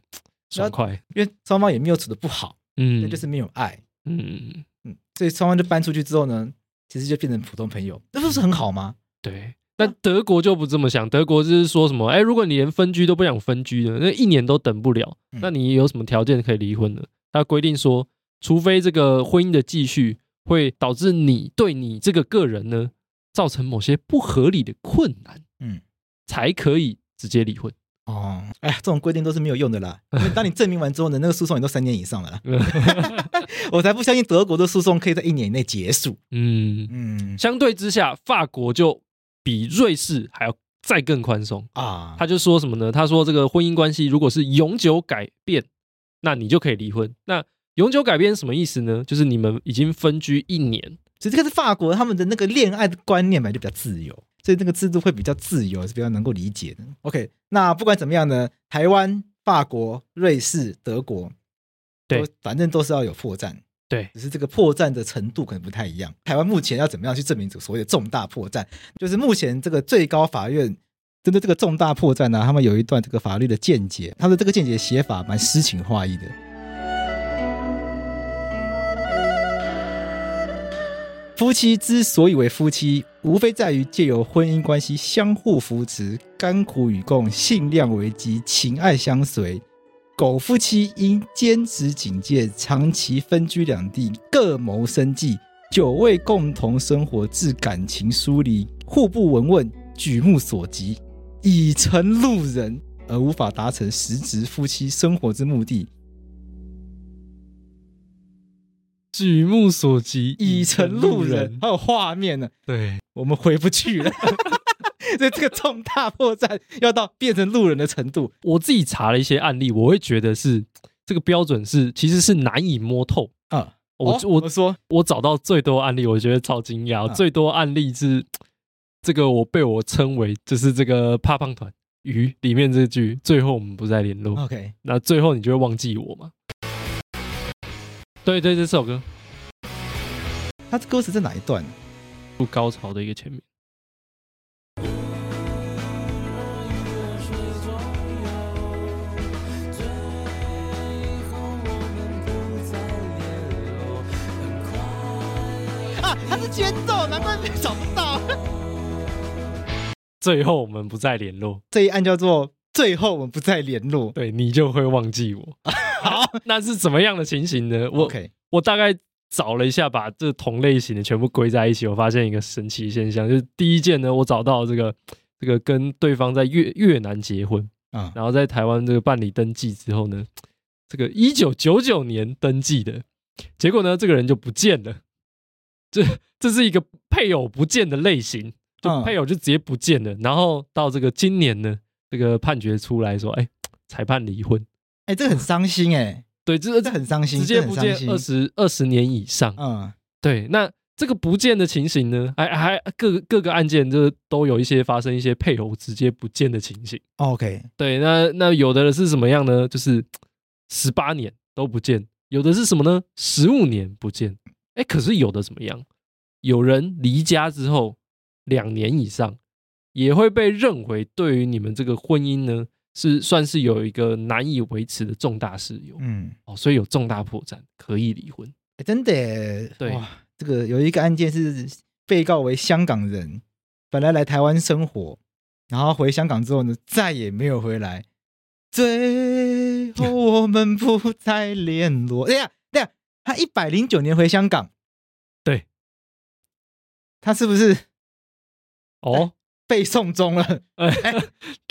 Speaker 4: 爽快，
Speaker 2: 因为双方也没有处的不好，
Speaker 4: 嗯，
Speaker 2: 那就是没有爱，
Speaker 4: 嗯，
Speaker 2: 嗯，所以双方就搬出去之后呢，其实就变成普通朋友，那不是很好吗？
Speaker 4: 对。但德国就不这么想，德国就是说什么，哎，如果你连分居都不想分居的，那一年都等不了，
Speaker 2: 嗯
Speaker 4: 那你有什么条件可以离婚呢？他规定说，除非这个婚姻的继续会导致你对你这个个人呢造成某些不合理的困难，
Speaker 2: 嗯，
Speaker 4: 才可以直接离婚。
Speaker 2: 哦，哎呀，这种规定都是没有用的啦，因为当你证明完之后呢，那个诉讼也都三年以上了啦，
Speaker 4: 嗯
Speaker 2: 我才不相信德国的诉讼可以在一年以内结束。
Speaker 4: 嗯，
Speaker 2: 嗯
Speaker 4: 相对之下，法国就比瑞士还要再更宽松。
Speaker 2: 啊，
Speaker 4: 他就说什么呢？他说这个婚姻关系如果是永久改变，那你就可以离婚。那永久改变是什么意思呢？就是你们已经分居一年，
Speaker 2: 所以这个是法国他们的那个恋爱的观念本来就比较自由，所以那个制度会比较自由，是比较能够理解的。OK，那不管怎么样呢，台湾、法国、瑞士、德国，
Speaker 4: 对
Speaker 2: 都，反正都是要有破绽。
Speaker 4: 对
Speaker 2: 只是这个破绽的程度可能不太一样。台湾目前要怎么样去证明所谓的重大破绽？就是目前这个最高法院针对这个重大破绽啊呢、他们有一段这个法律的见解，他们这个见解写法蛮诗情画意的。夫妻之所以为夫妻，无非在于借由婚姻关系相互扶持、甘苦与共、信量为基、情爱相随，苟夫妻因坚持警戒，长期分居两地，各谋生计，久未共同生活，致感情疏离，互不闻问，举目所及，已成路人，而无法达成实质夫妻生活之目的，
Speaker 4: 举目所及
Speaker 2: 已成路人。还有画面呢，
Speaker 4: 对，
Speaker 2: 我们回不去了。 所以这个重大破绽要到变成路人的程度，
Speaker 4: 我自己查了一些案例，我会觉得是这个标准是其实是难以摸透。
Speaker 2: 啊！
Speaker 4: 我、
Speaker 2: 哦
Speaker 4: 我
Speaker 2: 我说
Speaker 4: 我找到最多案例，我觉得超惊讶。
Speaker 2: 嗯
Speaker 4: 最多案例是这个，我被我称为就是这个怕胖团。鱼里面这句，最后我们不再联络，
Speaker 2: OK，
Speaker 4: 那最后你就会忘记我嘛？对对，这首歌
Speaker 2: 他这歌词在哪一段？
Speaker 4: 不高潮的一个前面，
Speaker 2: 啊，他是节奏，难怪找不到。
Speaker 4: 最后我们不再联络，
Speaker 2: 这一案叫做“最后我们不再联络
Speaker 4: 对你就会忘记我。好，那是怎么样的情形呢？”。我
Speaker 2: OK，
Speaker 4: 我大概找了一下，把这同类型的全部归在一起，我发现一个神奇现象，就是第一件呢，我找到这个这个跟对方在越越南结婚，
Speaker 2: 啊、
Speaker 4: 然后在台湾这个办理登记之后呢，这个一九九九年登记的，结果呢，这个人就不见了，这这是一个配偶不见的类型，就
Speaker 2: 嗯
Speaker 4: 配偶就直接不见了，然后到这个今年呢，这个判决出来说，哎，裁判离婚，
Speaker 2: 哎、这个很伤心哎、
Speaker 4: 对，这
Speaker 2: 这
Speaker 4: 这
Speaker 2: 很伤心，
Speaker 4: 直接
Speaker 2: 这
Speaker 4: 不
Speaker 2: 很
Speaker 4: 见
Speaker 2: 伤心
Speaker 4: 二十二十年以上，
Speaker 2: 嗯，
Speaker 4: 对，那这个不见的情形呢，还还各个各个案件就是都有一些发生一些配偶直接不见的情形。
Speaker 2: 哦 OK，
Speaker 4: 对，那那有的是什么样呢？就是十八年都不见，有的是什么呢？十五年不见。哎，可是有的怎么样？有人离家之后两年以上，也会被认为对于你们这个婚姻呢，是算是有一个难以维持的重大事由、
Speaker 2: 嗯，
Speaker 4: 哦，所以有重大破绽可以离婚。
Speaker 2: 哎真的耶、
Speaker 4: 对
Speaker 2: 哇，这个有一个案件是被告为香港人，本来来台湾生活，然后回香港之后呢，再也没有回来，最后我们不再联络。对呀，对呀，他一百零九年回香港，
Speaker 4: 对，
Speaker 2: 他是不是
Speaker 4: 哦，
Speaker 2: 被送终了？
Speaker 4: 哎，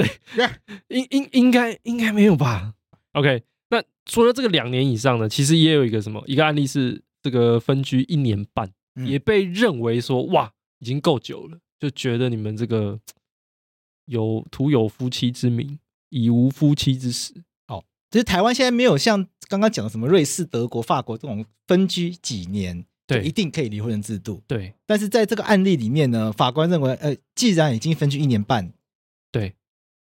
Speaker 4: 应应应该应该没有吧？OK，那除了这个两年以上呢，其实也有一个什么一个案例是这个分居一年半，
Speaker 2: 嗯
Speaker 4: 也被认为说哇已经够久了，就觉得你们这个有徒有夫妻之名，以无夫妻之实。
Speaker 2: 就是台湾现在没有像刚刚讲的什么瑞士、德国、法国这种分居几年就
Speaker 4: 对
Speaker 2: 一定可以离婚的制度，
Speaker 4: 对
Speaker 2: 但是在这个案例里面呢，法官认为，呃，既然已经分居一年半，
Speaker 4: 对，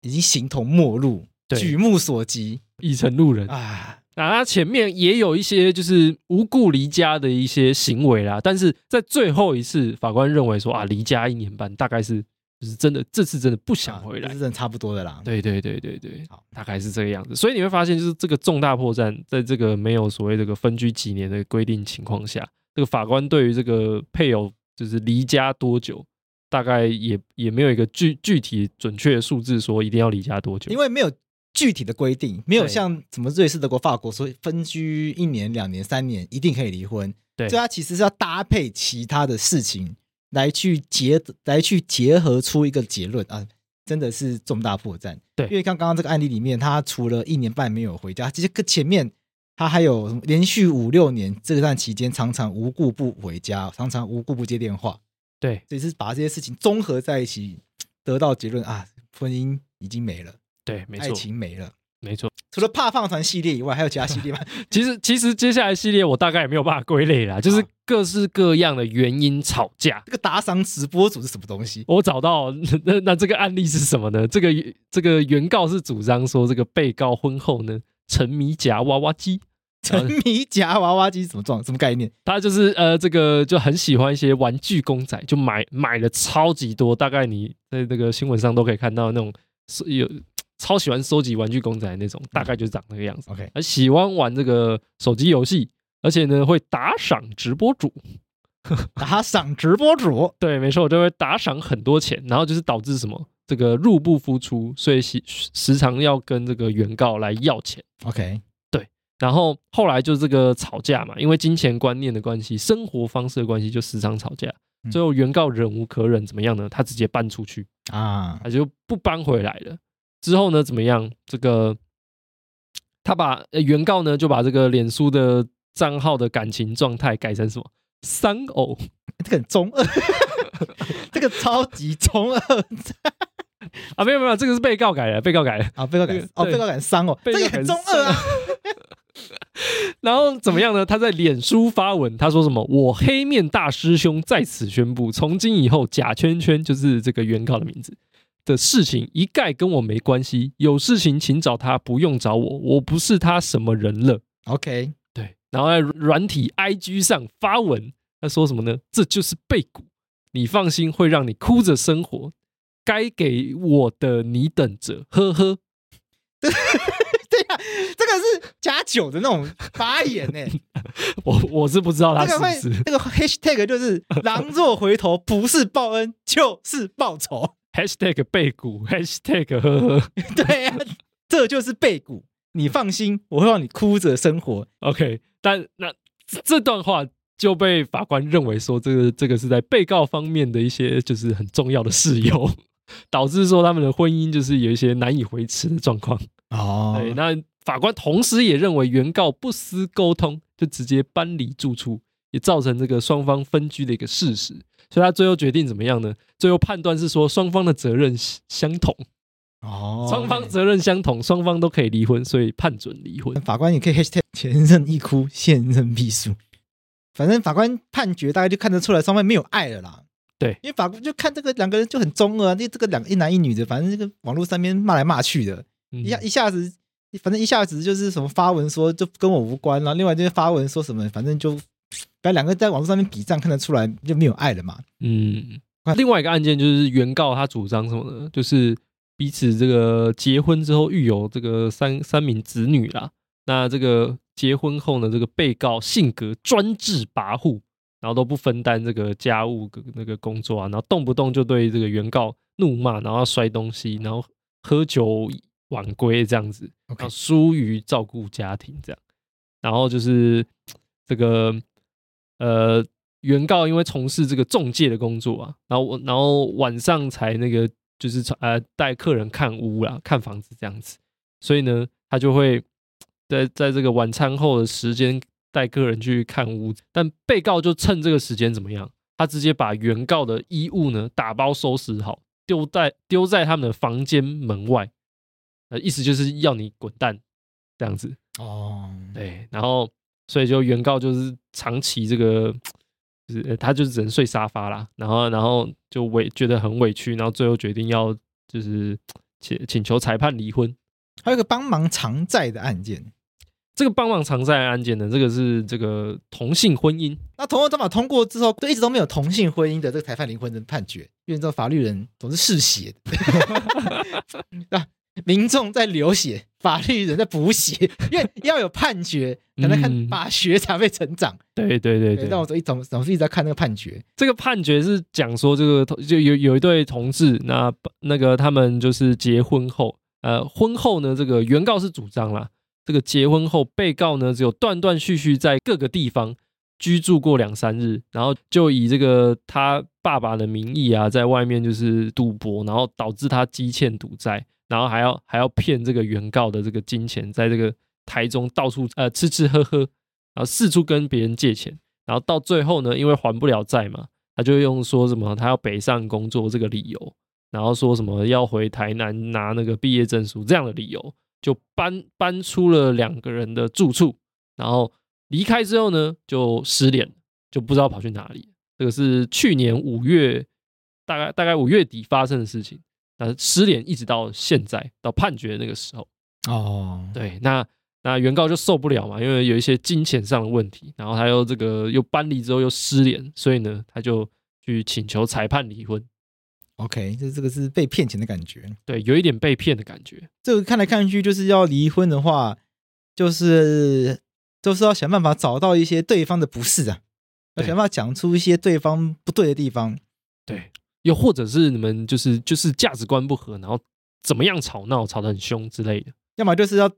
Speaker 2: 已经形同陌路，
Speaker 4: 对
Speaker 2: 举目所及
Speaker 4: 已成路人
Speaker 2: 啊，
Speaker 4: 那、他前面也有一些就是无故离家的一些行为啦，但是在最后一次，法官认为说啊，离家一年半大概是就是真的，这次真的不想回
Speaker 2: 啊这
Speaker 4: 来
Speaker 2: 是。真的差不多的啦。，
Speaker 4: 对对对对对，
Speaker 2: 好
Speaker 4: 大概是这个样子。所以你会发现，就是这个重大破绽，在这个没有所谓这个分居几年的规定情况下，这个法官对于这个配偶就是离家多久，大概也也没有一个具具体准确的数字说一定要离家多久，
Speaker 2: 因为没有具体的规定，没有
Speaker 4: 对
Speaker 2: 像什么瑞士、德国、法国说分居一年、两年、三年一定可以离婚，
Speaker 4: 对
Speaker 2: 所以它其实是要搭配其他的事情来去结来去结合出一个结论啊。真的是重大破绽，
Speaker 4: 对
Speaker 2: 因为像刚刚这个案例里面，他除了一年半没有回家，其实跟前面他还有什么连续五六年这段期间，常常无故不回家，常常无故不接电话，
Speaker 4: 对
Speaker 2: 所以是把这些事情综合在一起，得到结论啊，婚姻已经没了，
Speaker 4: 对，没
Speaker 2: 爱
Speaker 4: 错
Speaker 2: 情没了。
Speaker 4: 没错。
Speaker 2: 除了怕放团系列以外，还有其他系列吗？
Speaker 4: 其实其实接下来系列我大概也没有办法归类啦，就是各式各样的原因吵架。
Speaker 2: 这个打赏直播组是什么东西？
Speaker 4: 我找到 那那这个案例是什么呢？这个这个原告是主张说，这个被告婚后呢沉迷夹娃娃机，
Speaker 2: 沉
Speaker 4: 呃
Speaker 2: 迷夹娃娃机是什么状？什么概念？
Speaker 4: 他就是呃这个就很喜欢一些玩具公仔，就买买了超级多，大概你在这个新闻上都可以看到那种是有超喜欢收集玩具公仔的那种，大概就长那个样子。
Speaker 2: OK
Speaker 4: 而喜欢玩这个手机游戏，而且呢会打赏直播主。
Speaker 2: 打赏直播主
Speaker 4: 对，没错，就会打赏很多钱，然后就是导致什么这个入不敷出，所以时时常要跟这个原告来要钱。
Speaker 2: ，OK，
Speaker 4: 然后后来就这个吵架嘛，因为金钱观念的关系、生活方式的关系，就时常吵架。
Speaker 2: 嗯
Speaker 4: 最后原告忍无可忍，怎么样呢？他直接搬出去，
Speaker 2: 啊，
Speaker 4: 他就不搬回来了。之后呢，怎么样？这个他把、呃原告呢就把这个脸书的账号的感情状态改成什么丧 偶，
Speaker 2: 这个很中二， 这个超级中二
Speaker 4: 啊？没有没有，这个是被告改的，被告改的。
Speaker 2: 啊！被告感哦，
Speaker 4: 对
Speaker 2: 被告感伤哦，
Speaker 4: 被
Speaker 2: 这
Speaker 4: 告
Speaker 2: 也
Speaker 4: 感
Speaker 2: 很中二啊！
Speaker 4: 然后怎么样呢？他在脸书发文，他说什么？我黑面大师兄在此宣布，从今以后，贾圈圈就是这个原告的名字，的事情一概跟我没关系，有事情请找他，不用找我，我不是他什么人了。
Speaker 2: OK，
Speaker 4: 对，然后在软体 IG 上发文，他说什么呢？这就是背骨，你放心，会让你哭着生活。该给我的你等着，呵呵。
Speaker 2: 对呀、这个是加酒的那种发言 呢、
Speaker 4: 我我是不知道他
Speaker 2: 那个
Speaker 4: 是
Speaker 2: 会
Speaker 4: 不是
Speaker 2: 那个 hashtag 就是“狼若回头，不是报恩就是报仇
Speaker 4: hashtag 背骨 hashtag 呵呵。”。
Speaker 2: 对呀、这就是背骨。你放心，我会让你哭着生活。
Speaker 4: OK，但那这这段话就被法官认为说，这个这个是在被告方面的一些就是很重要的事由，导致说他们的婚姻就是有一些难以维持的状况。
Speaker 2: 哦
Speaker 4: 对，那法官同时也认为原告不思沟通，就直接搬离住处，也造成这个双方分居的一个事实。所以他最后决定怎么样呢？最后判断是说双方的责任相同，
Speaker 2: 哦
Speaker 4: 双方责任相同，双方都可以离婚，所以判准离婚。
Speaker 2: 法官也可以 hashtag 前任一哭，现任必输。反正法官判决大概就看得出来双方没有爱了啦。
Speaker 4: 对
Speaker 2: 因为法官就看这个两个人就很中二啊，这这个两一男一女的，反正这个网络上面骂来骂去的，
Speaker 4: 嗯
Speaker 2: 一下一下子，反正一下子就是什么发文说就跟我无关然后另外就是发文说什么，反正就反正两个在网络上面比战，看得出来就没有爱了嘛。
Speaker 4: 嗯，另外一个案件就是原告他主张什么呢？就是彼此这个结婚之后育有这个三三名子女啦。那这个结婚后呢，这个被告性格专制跋扈，然后都不分担这个家务跟那个工作啊，然后动不动就对这个原告怒骂，然后摔东西，然后喝酒晚归这样子，然
Speaker 2: OK
Speaker 4: 后疏于照顾家庭这样。然后就是这个呃，原告因为从事这个中介的工作啊，然后我然后晚上才那个就是呃带客人看屋啦，看房子这样子，所以呢，他就会在在这个晚餐后的时间带客人去看屋，但被告就趁这个时间怎么样？他直接把原告的衣物呢打包收拾好，丢在丢在他们的房间门外，呃，意思就是要你滚蛋这样子。
Speaker 2: 哦，
Speaker 4: 对，然后所以就原告就是长期这个，就是、呃他就只能睡沙发啦，然后然后就委觉得很委屈，然后最后决定要就是请请求裁判离婚。
Speaker 2: 还有一个帮忙偿债的案件，
Speaker 4: 这个帮忙偿债案件呢，这个是这个同性婚姻，
Speaker 2: 那同婚章法通过之后，就一直都没有同性婚姻的这个裁判离婚的判决，因为这法律人总是嗜血的， 啊，民众在流血，法律人在补血，因为要有判决才能看
Speaker 4: 嗯
Speaker 2: 法学才会成长。
Speaker 4: 对对对
Speaker 2: 对，但我总一总总是一直在看那个判决。
Speaker 4: 这个判决是讲说，这个同就有有一对同志，那那个他们就是结婚后，呃，婚后呢，这个原告是主张啦，这个结婚后被告呢，只有断断续续在各个地方居住过两三日，然后就以这个他爸爸的名义啊，在外面就是赌博，然后导致他积欠赌债，然后还要还要骗这个原告的这个金钱，在这个台中到处呃吃吃喝喝，然后四处跟别人借钱。然后到最后呢，因为还不了债嘛，他就用说什么他要北上工作这个理由，然后说什么要回台南拿那个毕业证书这样的理由，就搬搬出了两个人的住处，然后离开之后呢，就失联，就不知道跑去哪里。这个是去年五月，大概大概五月底发生的事情，那失联一直到现在，到判决那个时候。
Speaker 2: 哦，
Speaker 4: 对，那那原告就受不了嘛，因为有一些金钱上的问题，然后他又这个又搬离之后又失联，所以呢，他就去请求裁判离婚。
Speaker 2: OK，这这个是被骗钱的感觉。
Speaker 4: 对，有一点被骗的感觉。
Speaker 2: 这个看来看去就是要离婚的话，就是就是要想办法找到一些对方的不是啊，要
Speaker 4: 对
Speaker 2: 想办法讲出一些对方不对的地方。
Speaker 4: 对，又或者是你们就是就是价值观不合，然后怎么样吵闹，吵得很凶之类的。
Speaker 2: 要么就是要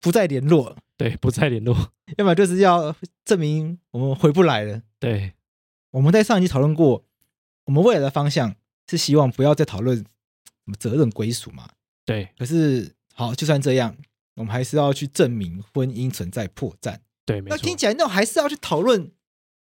Speaker 2: 不再联络，
Speaker 4: 对，不再联络。
Speaker 2: 要么就是要证明我们回不来了。
Speaker 4: 对，
Speaker 2: 我们在上一集讨论过，我们未来的方向是希望不要再讨论什么责任归属嘛。
Speaker 4: 对，
Speaker 2: 可是好，就算这样，我们还是要去证明婚姻存在破绽。
Speaker 4: 对，没
Speaker 2: 那
Speaker 4: 错
Speaker 2: 听。起来，那我还是要去讨论，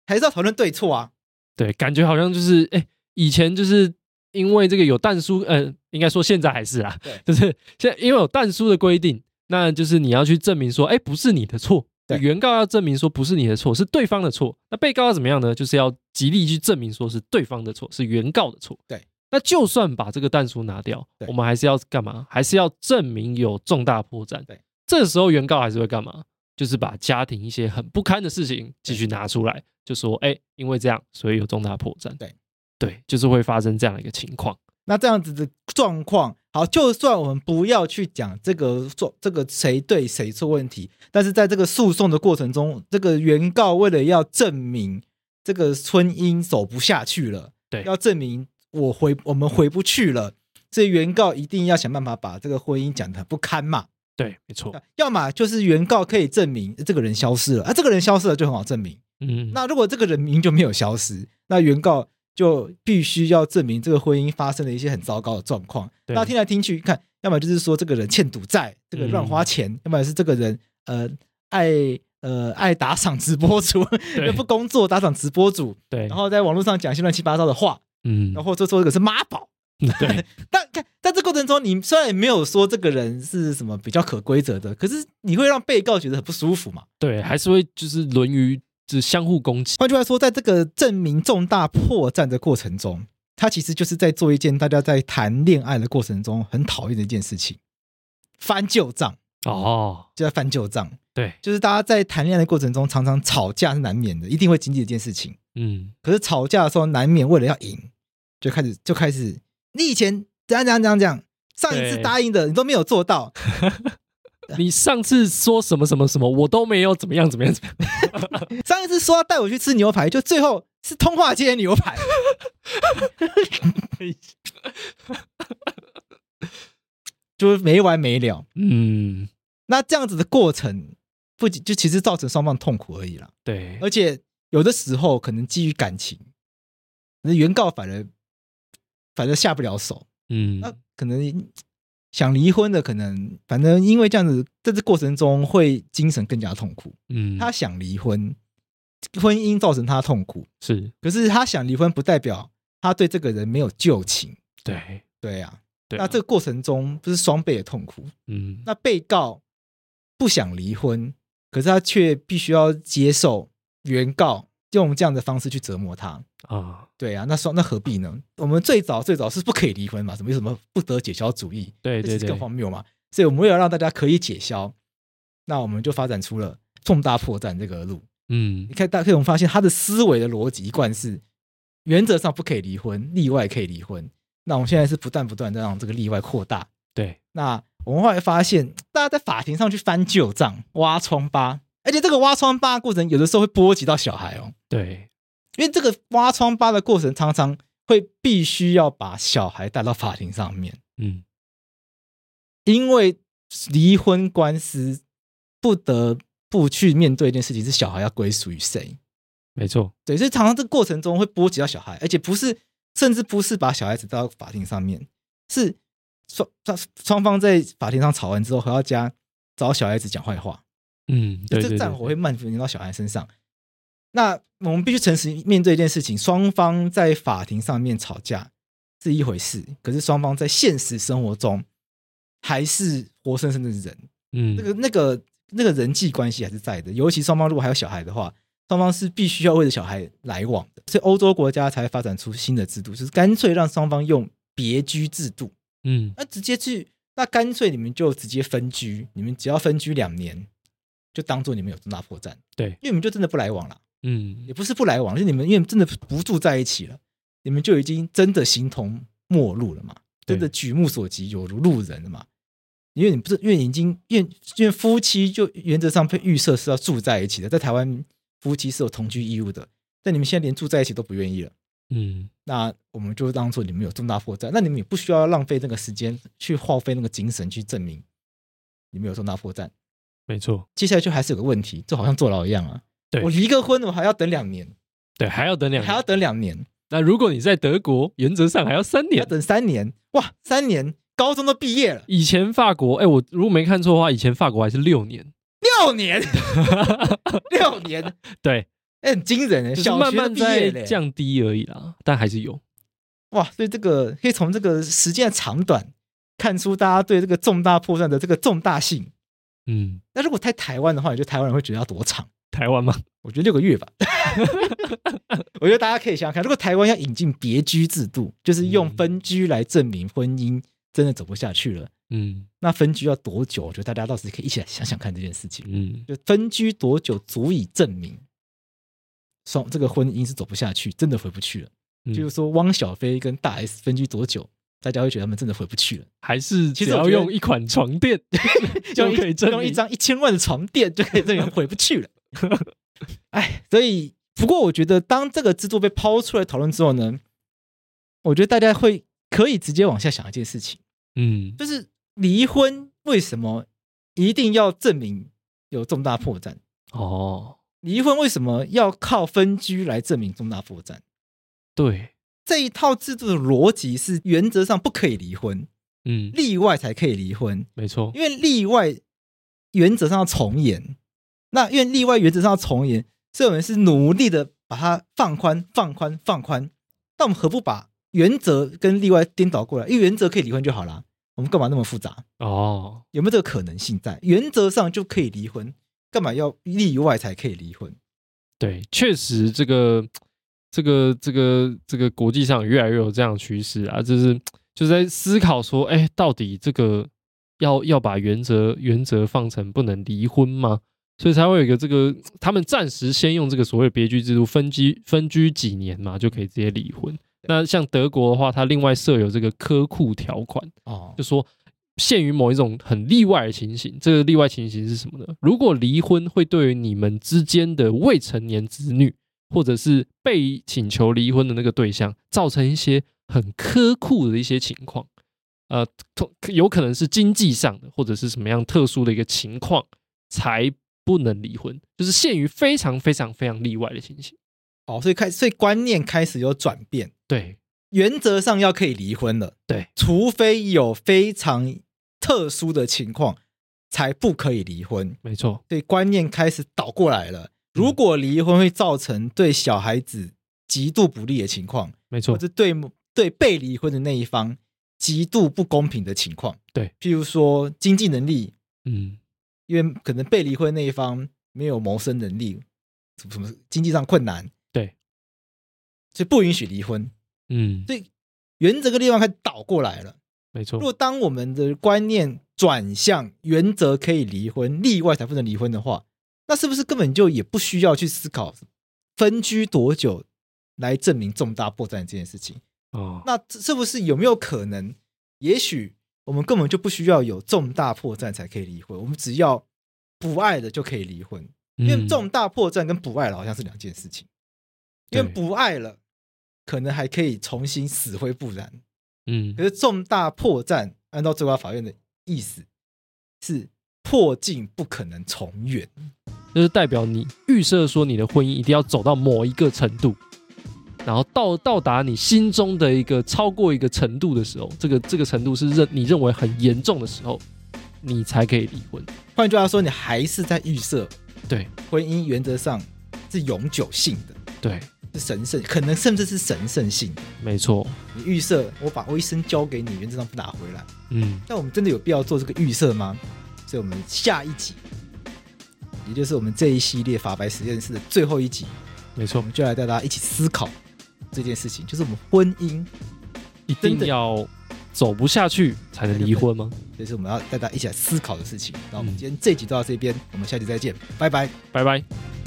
Speaker 2: 还是要讨论对错啊。
Speaker 4: 对，感觉好像就是哎、以前就是因为这个有蛋书，呃，应该说现在还是啦
Speaker 2: 对，
Speaker 4: 就是现在因为有蛋书的规定，那就是你要去证明说，哎、不是你的错，
Speaker 2: 对
Speaker 4: 原告要证明说不是你的错，是对方的错。那被告要怎么样呢？就是要极力去证明说是对方的错，是原告的错。
Speaker 2: 对，
Speaker 4: 那就算把这个弹书拿掉
Speaker 2: 对，
Speaker 4: 我们还是要干嘛？还是要证明有重大破绽。
Speaker 2: 对，
Speaker 4: 这时候原告还是会干嘛？就是把家庭一些很不堪的事情继续拿出来，就说：“哎、因为这样，所以有重大破绽。”
Speaker 2: 对，
Speaker 4: 对，就是会发生这样的一个情况。
Speaker 2: 那这样子的状况，好，就算我们不要去讲这个做这个谁对谁错问题，但是在这个诉讼的过程中，这个原告为了要证明这个婚姻走不下去了，
Speaker 4: 对
Speaker 2: 要证明我回我们回不去了，所以原告一定要想办法把这个婚姻讲的不堪嘛。
Speaker 4: 对，没错。
Speaker 2: 要么就是原告可以证明呃这个人消失了，啊，这个人消失了就很好证明。
Speaker 4: 嗯，
Speaker 2: 那如果这个人名就没有消失，那原告就必须要证明这个婚姻发生了一些很糟糕的状况。
Speaker 4: 对嗯
Speaker 2: 那听来听去，看，要么就是说这个人欠赌债，这个乱花钱；要么是这个人呃爱呃爱打赏直播主，
Speaker 4: 对
Speaker 2: 不工作打赏直播主，
Speaker 4: 对，
Speaker 2: 然后在网络上讲一些乱七八糟的话，
Speaker 4: 嗯，
Speaker 2: 然后就说这个是妈宝。
Speaker 4: 对，
Speaker 2: 但看在这过程中，你虽然也没有说这个人是什么比较可规则的，可是你会让被告觉得很不舒服嘛？
Speaker 4: 对，还是会就是沦于就是相互攻击。
Speaker 2: 换句话说，在这个证明重大破绽的过程中，他其实就是在做一件大家在谈恋爱的过程中很讨厌的一件事情——翻旧账，
Speaker 4: 哦，
Speaker 2: 就在翻旧账。
Speaker 4: 对，
Speaker 2: 就是大家在谈恋爱的过程中，常常吵架是难免的，一定会经历一件事情。
Speaker 4: 嗯，
Speaker 2: 可是吵架的时候，难免为了要赢，就开始就开始，你以前怎样怎样怎样怎样，上一次
Speaker 4: 对
Speaker 2: 答应的你都没有做到，
Speaker 4: 你上次说什么什么什么，我都没有怎么样怎么样怎么样。
Speaker 2: 上一次说要带我去吃牛排，就最后是通化街牛排。 就是没完没了，
Speaker 4: 嗯，
Speaker 2: 那这样子的过程，不仅就其实造成双方痛苦而已啦。
Speaker 4: 对，
Speaker 2: 而且有的时候可能基于感情，可能原告反而反正下不了手，
Speaker 4: 嗯
Speaker 2: 那可能想离婚的，可能反正因为这样子，在这过程中会精神更加痛苦。
Speaker 4: 嗯，
Speaker 2: 他想离婚，婚姻造成他痛苦，
Speaker 4: 是
Speaker 2: 可是他想离婚，不代表他对这个人没有旧情。
Speaker 4: 对
Speaker 2: 对啊，
Speaker 4: 对啊。
Speaker 2: 那这个过程中不是双倍的痛苦？
Speaker 4: 嗯，
Speaker 2: 那被告不想离婚，可是他却必须要接受原告用这样的方式去折磨他。
Speaker 4: 啊，
Speaker 2: 对啊，那双那何必呢？我们最早最早是不可以离婚嘛，什么有什么不得解消主义，
Speaker 4: 对
Speaker 2: 这
Speaker 4: 对
Speaker 2: 是更
Speaker 4: 对，
Speaker 2: 荒谬嘛。所以我们为了让大家可以解消，那我们就发展出了重大破绽这个路。
Speaker 4: 嗯
Speaker 2: 你看，大家可以我们发现他的思维的逻辑一贯是原则上不可以离婚，例外可以离婚。那我们现在是不断不断的让这个例外扩大。
Speaker 4: 对，
Speaker 2: 那我们后来发现，大家在法庭上去翻旧账、挖疮疤，而且这个挖疮疤的过程有的时候会波及到小孩哦，
Speaker 4: 对
Speaker 2: 因为这个挖疮疤的过程常常会必须要把小孩带到法庭上面，
Speaker 4: 嗯
Speaker 2: 因为离婚官司不得不去面对一件事情是小孩要归属于谁。
Speaker 4: 没错，
Speaker 2: 对，所以常常这个过程中会波及到小孩，而且不是，甚至不是把小孩子带到法庭上面，是双双双方在法庭上吵完之后，回到家找小孩子讲坏话，
Speaker 4: 嗯对对
Speaker 2: 这
Speaker 4: 对
Speaker 2: 战火会蔓延到小孩身上。那我们必须诚实面对一件事情：双方在法庭上面吵架是一回事，可是双方在现实生活中还是活生生的人，
Speaker 4: 嗯
Speaker 2: 那个那个那个人际关系还是在的，尤其双方如果还有小孩的话，双方是必须要为了小孩来往的，所以欧洲国家才发展出新的制度，就是干脆让双方用别居制度，
Speaker 4: 嗯
Speaker 2: 那直接去，那干脆你们就直接分居，你们只要分居两年，就当做你们有重大破绽，
Speaker 4: 对
Speaker 2: 因为你们就真的不来往了，
Speaker 4: 嗯
Speaker 2: 也不是不来往，是你们因为真的不住在一起了，你们就已经真的形同陌路了嘛，
Speaker 4: 对
Speaker 2: 真的举目所及有如路人了嘛。因为你不是，因为你已经，因为因为夫妻就原则上被预设是要住在一起的，在台湾夫妻是有同居义务的，但你们现在连住在一起都不愿意了，
Speaker 4: 嗯
Speaker 2: 那我们就当做你们有重大破绽，那你们也不需要浪费那个时间去耗费那个精神去证明你们有重大破绽。
Speaker 4: 没错，
Speaker 2: 接下来就还是有个问题，就好像坐牢一样啊，
Speaker 4: 对
Speaker 2: 我离个婚，我还要等两年，
Speaker 4: 对，还要等两
Speaker 2: 还要
Speaker 4: 年。
Speaker 2: 等两年，
Speaker 4: 那如果你在德国，原则上还要三
Speaker 2: 要
Speaker 4: 年。
Speaker 2: 等三年，哇，三年，高中都毕业了，
Speaker 4: 以前法国，哎，我如果没看错的话，以前法国还是六年。
Speaker 2: 六年， 六年，
Speaker 4: 对，
Speaker 2: 哎、很惊人哎，
Speaker 4: 就是
Speaker 2: 小
Speaker 4: 慢
Speaker 2: 学都
Speaker 4: 慢
Speaker 2: 毕业
Speaker 4: 在
Speaker 2: 嘞，
Speaker 4: 降低而已啦，但还是有。
Speaker 2: 哇，所以这个可以从这个时间的长短看出大家对这个重大破绽的这个重大性。
Speaker 4: 嗯，
Speaker 2: 那如果在台湾的话，你觉得台湾人会觉得要多长？
Speaker 4: 台湾吗？
Speaker 2: 我觉得六个月吧。 我觉得大家可以想想看，如果台湾要引进别居制度，就是用
Speaker 4: 嗯
Speaker 2: 分居来证明婚姻真的走不下去了，
Speaker 4: 嗯
Speaker 2: 那分居要多久？我觉得大家到时可以一起来想想看这件事情。
Speaker 4: 嗯
Speaker 2: 就分居多久足以证明双这个婚姻是走不下去，真的回不去了。
Speaker 4: 嗯
Speaker 2: 就是说，汪小菲跟大 S 分居多久，大家会觉得他们真的回不去了。
Speaker 4: 还是
Speaker 2: 其实
Speaker 4: 只
Speaker 2: 我
Speaker 4: 要
Speaker 2: 觉得
Speaker 4: 用一款床垫 就
Speaker 2: 用一
Speaker 4: 可以证
Speaker 2: 用一
Speaker 4: 明
Speaker 2: 张一千万的床垫就可以证明回不去 了。哎，所以不过我觉得，当这个制度被抛出来讨论之后呢，我觉得大家会可以直接往下想一件事情，
Speaker 4: 嗯
Speaker 2: 就是离婚为什么一定要证明有重大破绽？
Speaker 4: 哦，
Speaker 2: 离婚为什么要靠分居来证明重大破绽？
Speaker 4: 对，
Speaker 2: 这一套制度的逻辑是原则上不可以离婚，
Speaker 4: 嗯，
Speaker 2: 例外才可以离婚，
Speaker 4: 没错，
Speaker 2: 因为例外原则上要从严。那因为例外原则上要从严，所以我们是努力的把它放宽、放宽、放宽。但我们何不把原则跟例外颠倒过来？因为原则可以离婚就好啦，我们干嘛那么复杂？
Speaker 4: 哦，
Speaker 2: 有没有这个可能性在？原则上就可以离婚，干嘛要例外才可以离婚？
Speaker 4: 对，确实这个这个这个这个国际上越来越有这样的趋势啊，就是就是在思考说，哎，到底这个要要把原则原则放成不能离婚吗？所以才会有一个这个，他们暂时先用这个所谓的别居制度分居分居几年嘛，就可以直接离婚。那像德国的话，它另外设有这个科库条款，
Speaker 2: 哦
Speaker 4: 就说限于某一种很例外的情形。这个例外情形是什么呢？如果离婚会对于你们之间的未成年子女，或者是被请求离婚的那个对象，造成一些很苛酷的一些情况，呃，通有可能是经济上的，或者是什么样特殊的一个情况，才不能离婚，就是限于非常非常非常例外的情形。
Speaker 2: 哦，所以开，所以观念开始有转变，
Speaker 4: 对，
Speaker 2: 原则上要可以离婚了，
Speaker 4: 对，
Speaker 2: 除非有非常特殊的情况才不可以离婚，
Speaker 4: 没错，
Speaker 2: 所以观念开始倒过来了。
Speaker 4: 嗯
Speaker 2: 如果离婚会造成对小孩子极度不利的情况，
Speaker 4: 没错
Speaker 2: 或，者对某对被离婚的那一方极度不公平的情况，
Speaker 4: 对，
Speaker 2: 譬如说经济能力，
Speaker 4: 嗯，
Speaker 2: 因为可能被离婚那一方没有谋生能力，什么什么经济上困难，
Speaker 4: 对，
Speaker 2: 所以不允许离婚。
Speaker 4: 嗯，
Speaker 2: 所以原则跟例外开始倒过来了。
Speaker 4: 没
Speaker 2: 如
Speaker 4: 错，
Speaker 2: 果当我们的观念转向原则可以离婚，例外才不能离婚的话，那是不是根本就也不需要去思考分居多久来证明重大破绽这件事情？
Speaker 4: 哦，
Speaker 2: 那这是不是有没有可能？也许我们根本就不需要有重大破绽才可以离婚，我们只要不爱了就可以离婚。因为
Speaker 4: 嗯
Speaker 2: 重大破绽跟不爱了好像是两件事情。因
Speaker 4: 对
Speaker 2: 为不爱了，可能还可以重新死灰复燃。
Speaker 4: 嗯
Speaker 2: 可是重大破绽，按照最高法院的意思是破镜不可能重圆。
Speaker 4: 就是代表你预设说你的婚姻一定要走到某一个程度，然后到到达你心中的一个超过一个程度的时候，这个这个程度是认你认为很严重的时候，你才可以离婚。
Speaker 2: 换句话说，你还是在预设
Speaker 4: 对
Speaker 2: 婚姻原则上是永久性的，
Speaker 4: 对，
Speaker 2: 是神圣，可能甚至是神圣性的。
Speaker 4: 没错，
Speaker 2: 你预设我把我一生交给你，原则上不拿回来，
Speaker 4: 嗯，
Speaker 2: 那我们真的有必要做这个预设吗？所以，我们下一集，也就是我们这一系列法白实验室的最后一集，
Speaker 4: 没
Speaker 2: 我
Speaker 4: 错，
Speaker 2: 们就来带大家一起思考这件事情，就是我们婚姻，
Speaker 4: 一
Speaker 2: 真
Speaker 4: 定
Speaker 2: 的
Speaker 4: 要走不下去才能离婚吗？
Speaker 2: 就是我们要带大家一起来思考的事情。那我们
Speaker 4: 嗯
Speaker 2: 今天这集就到这边，我们下集再见，拜拜。
Speaker 4: 拜拜。
Speaker 2: 拜拜。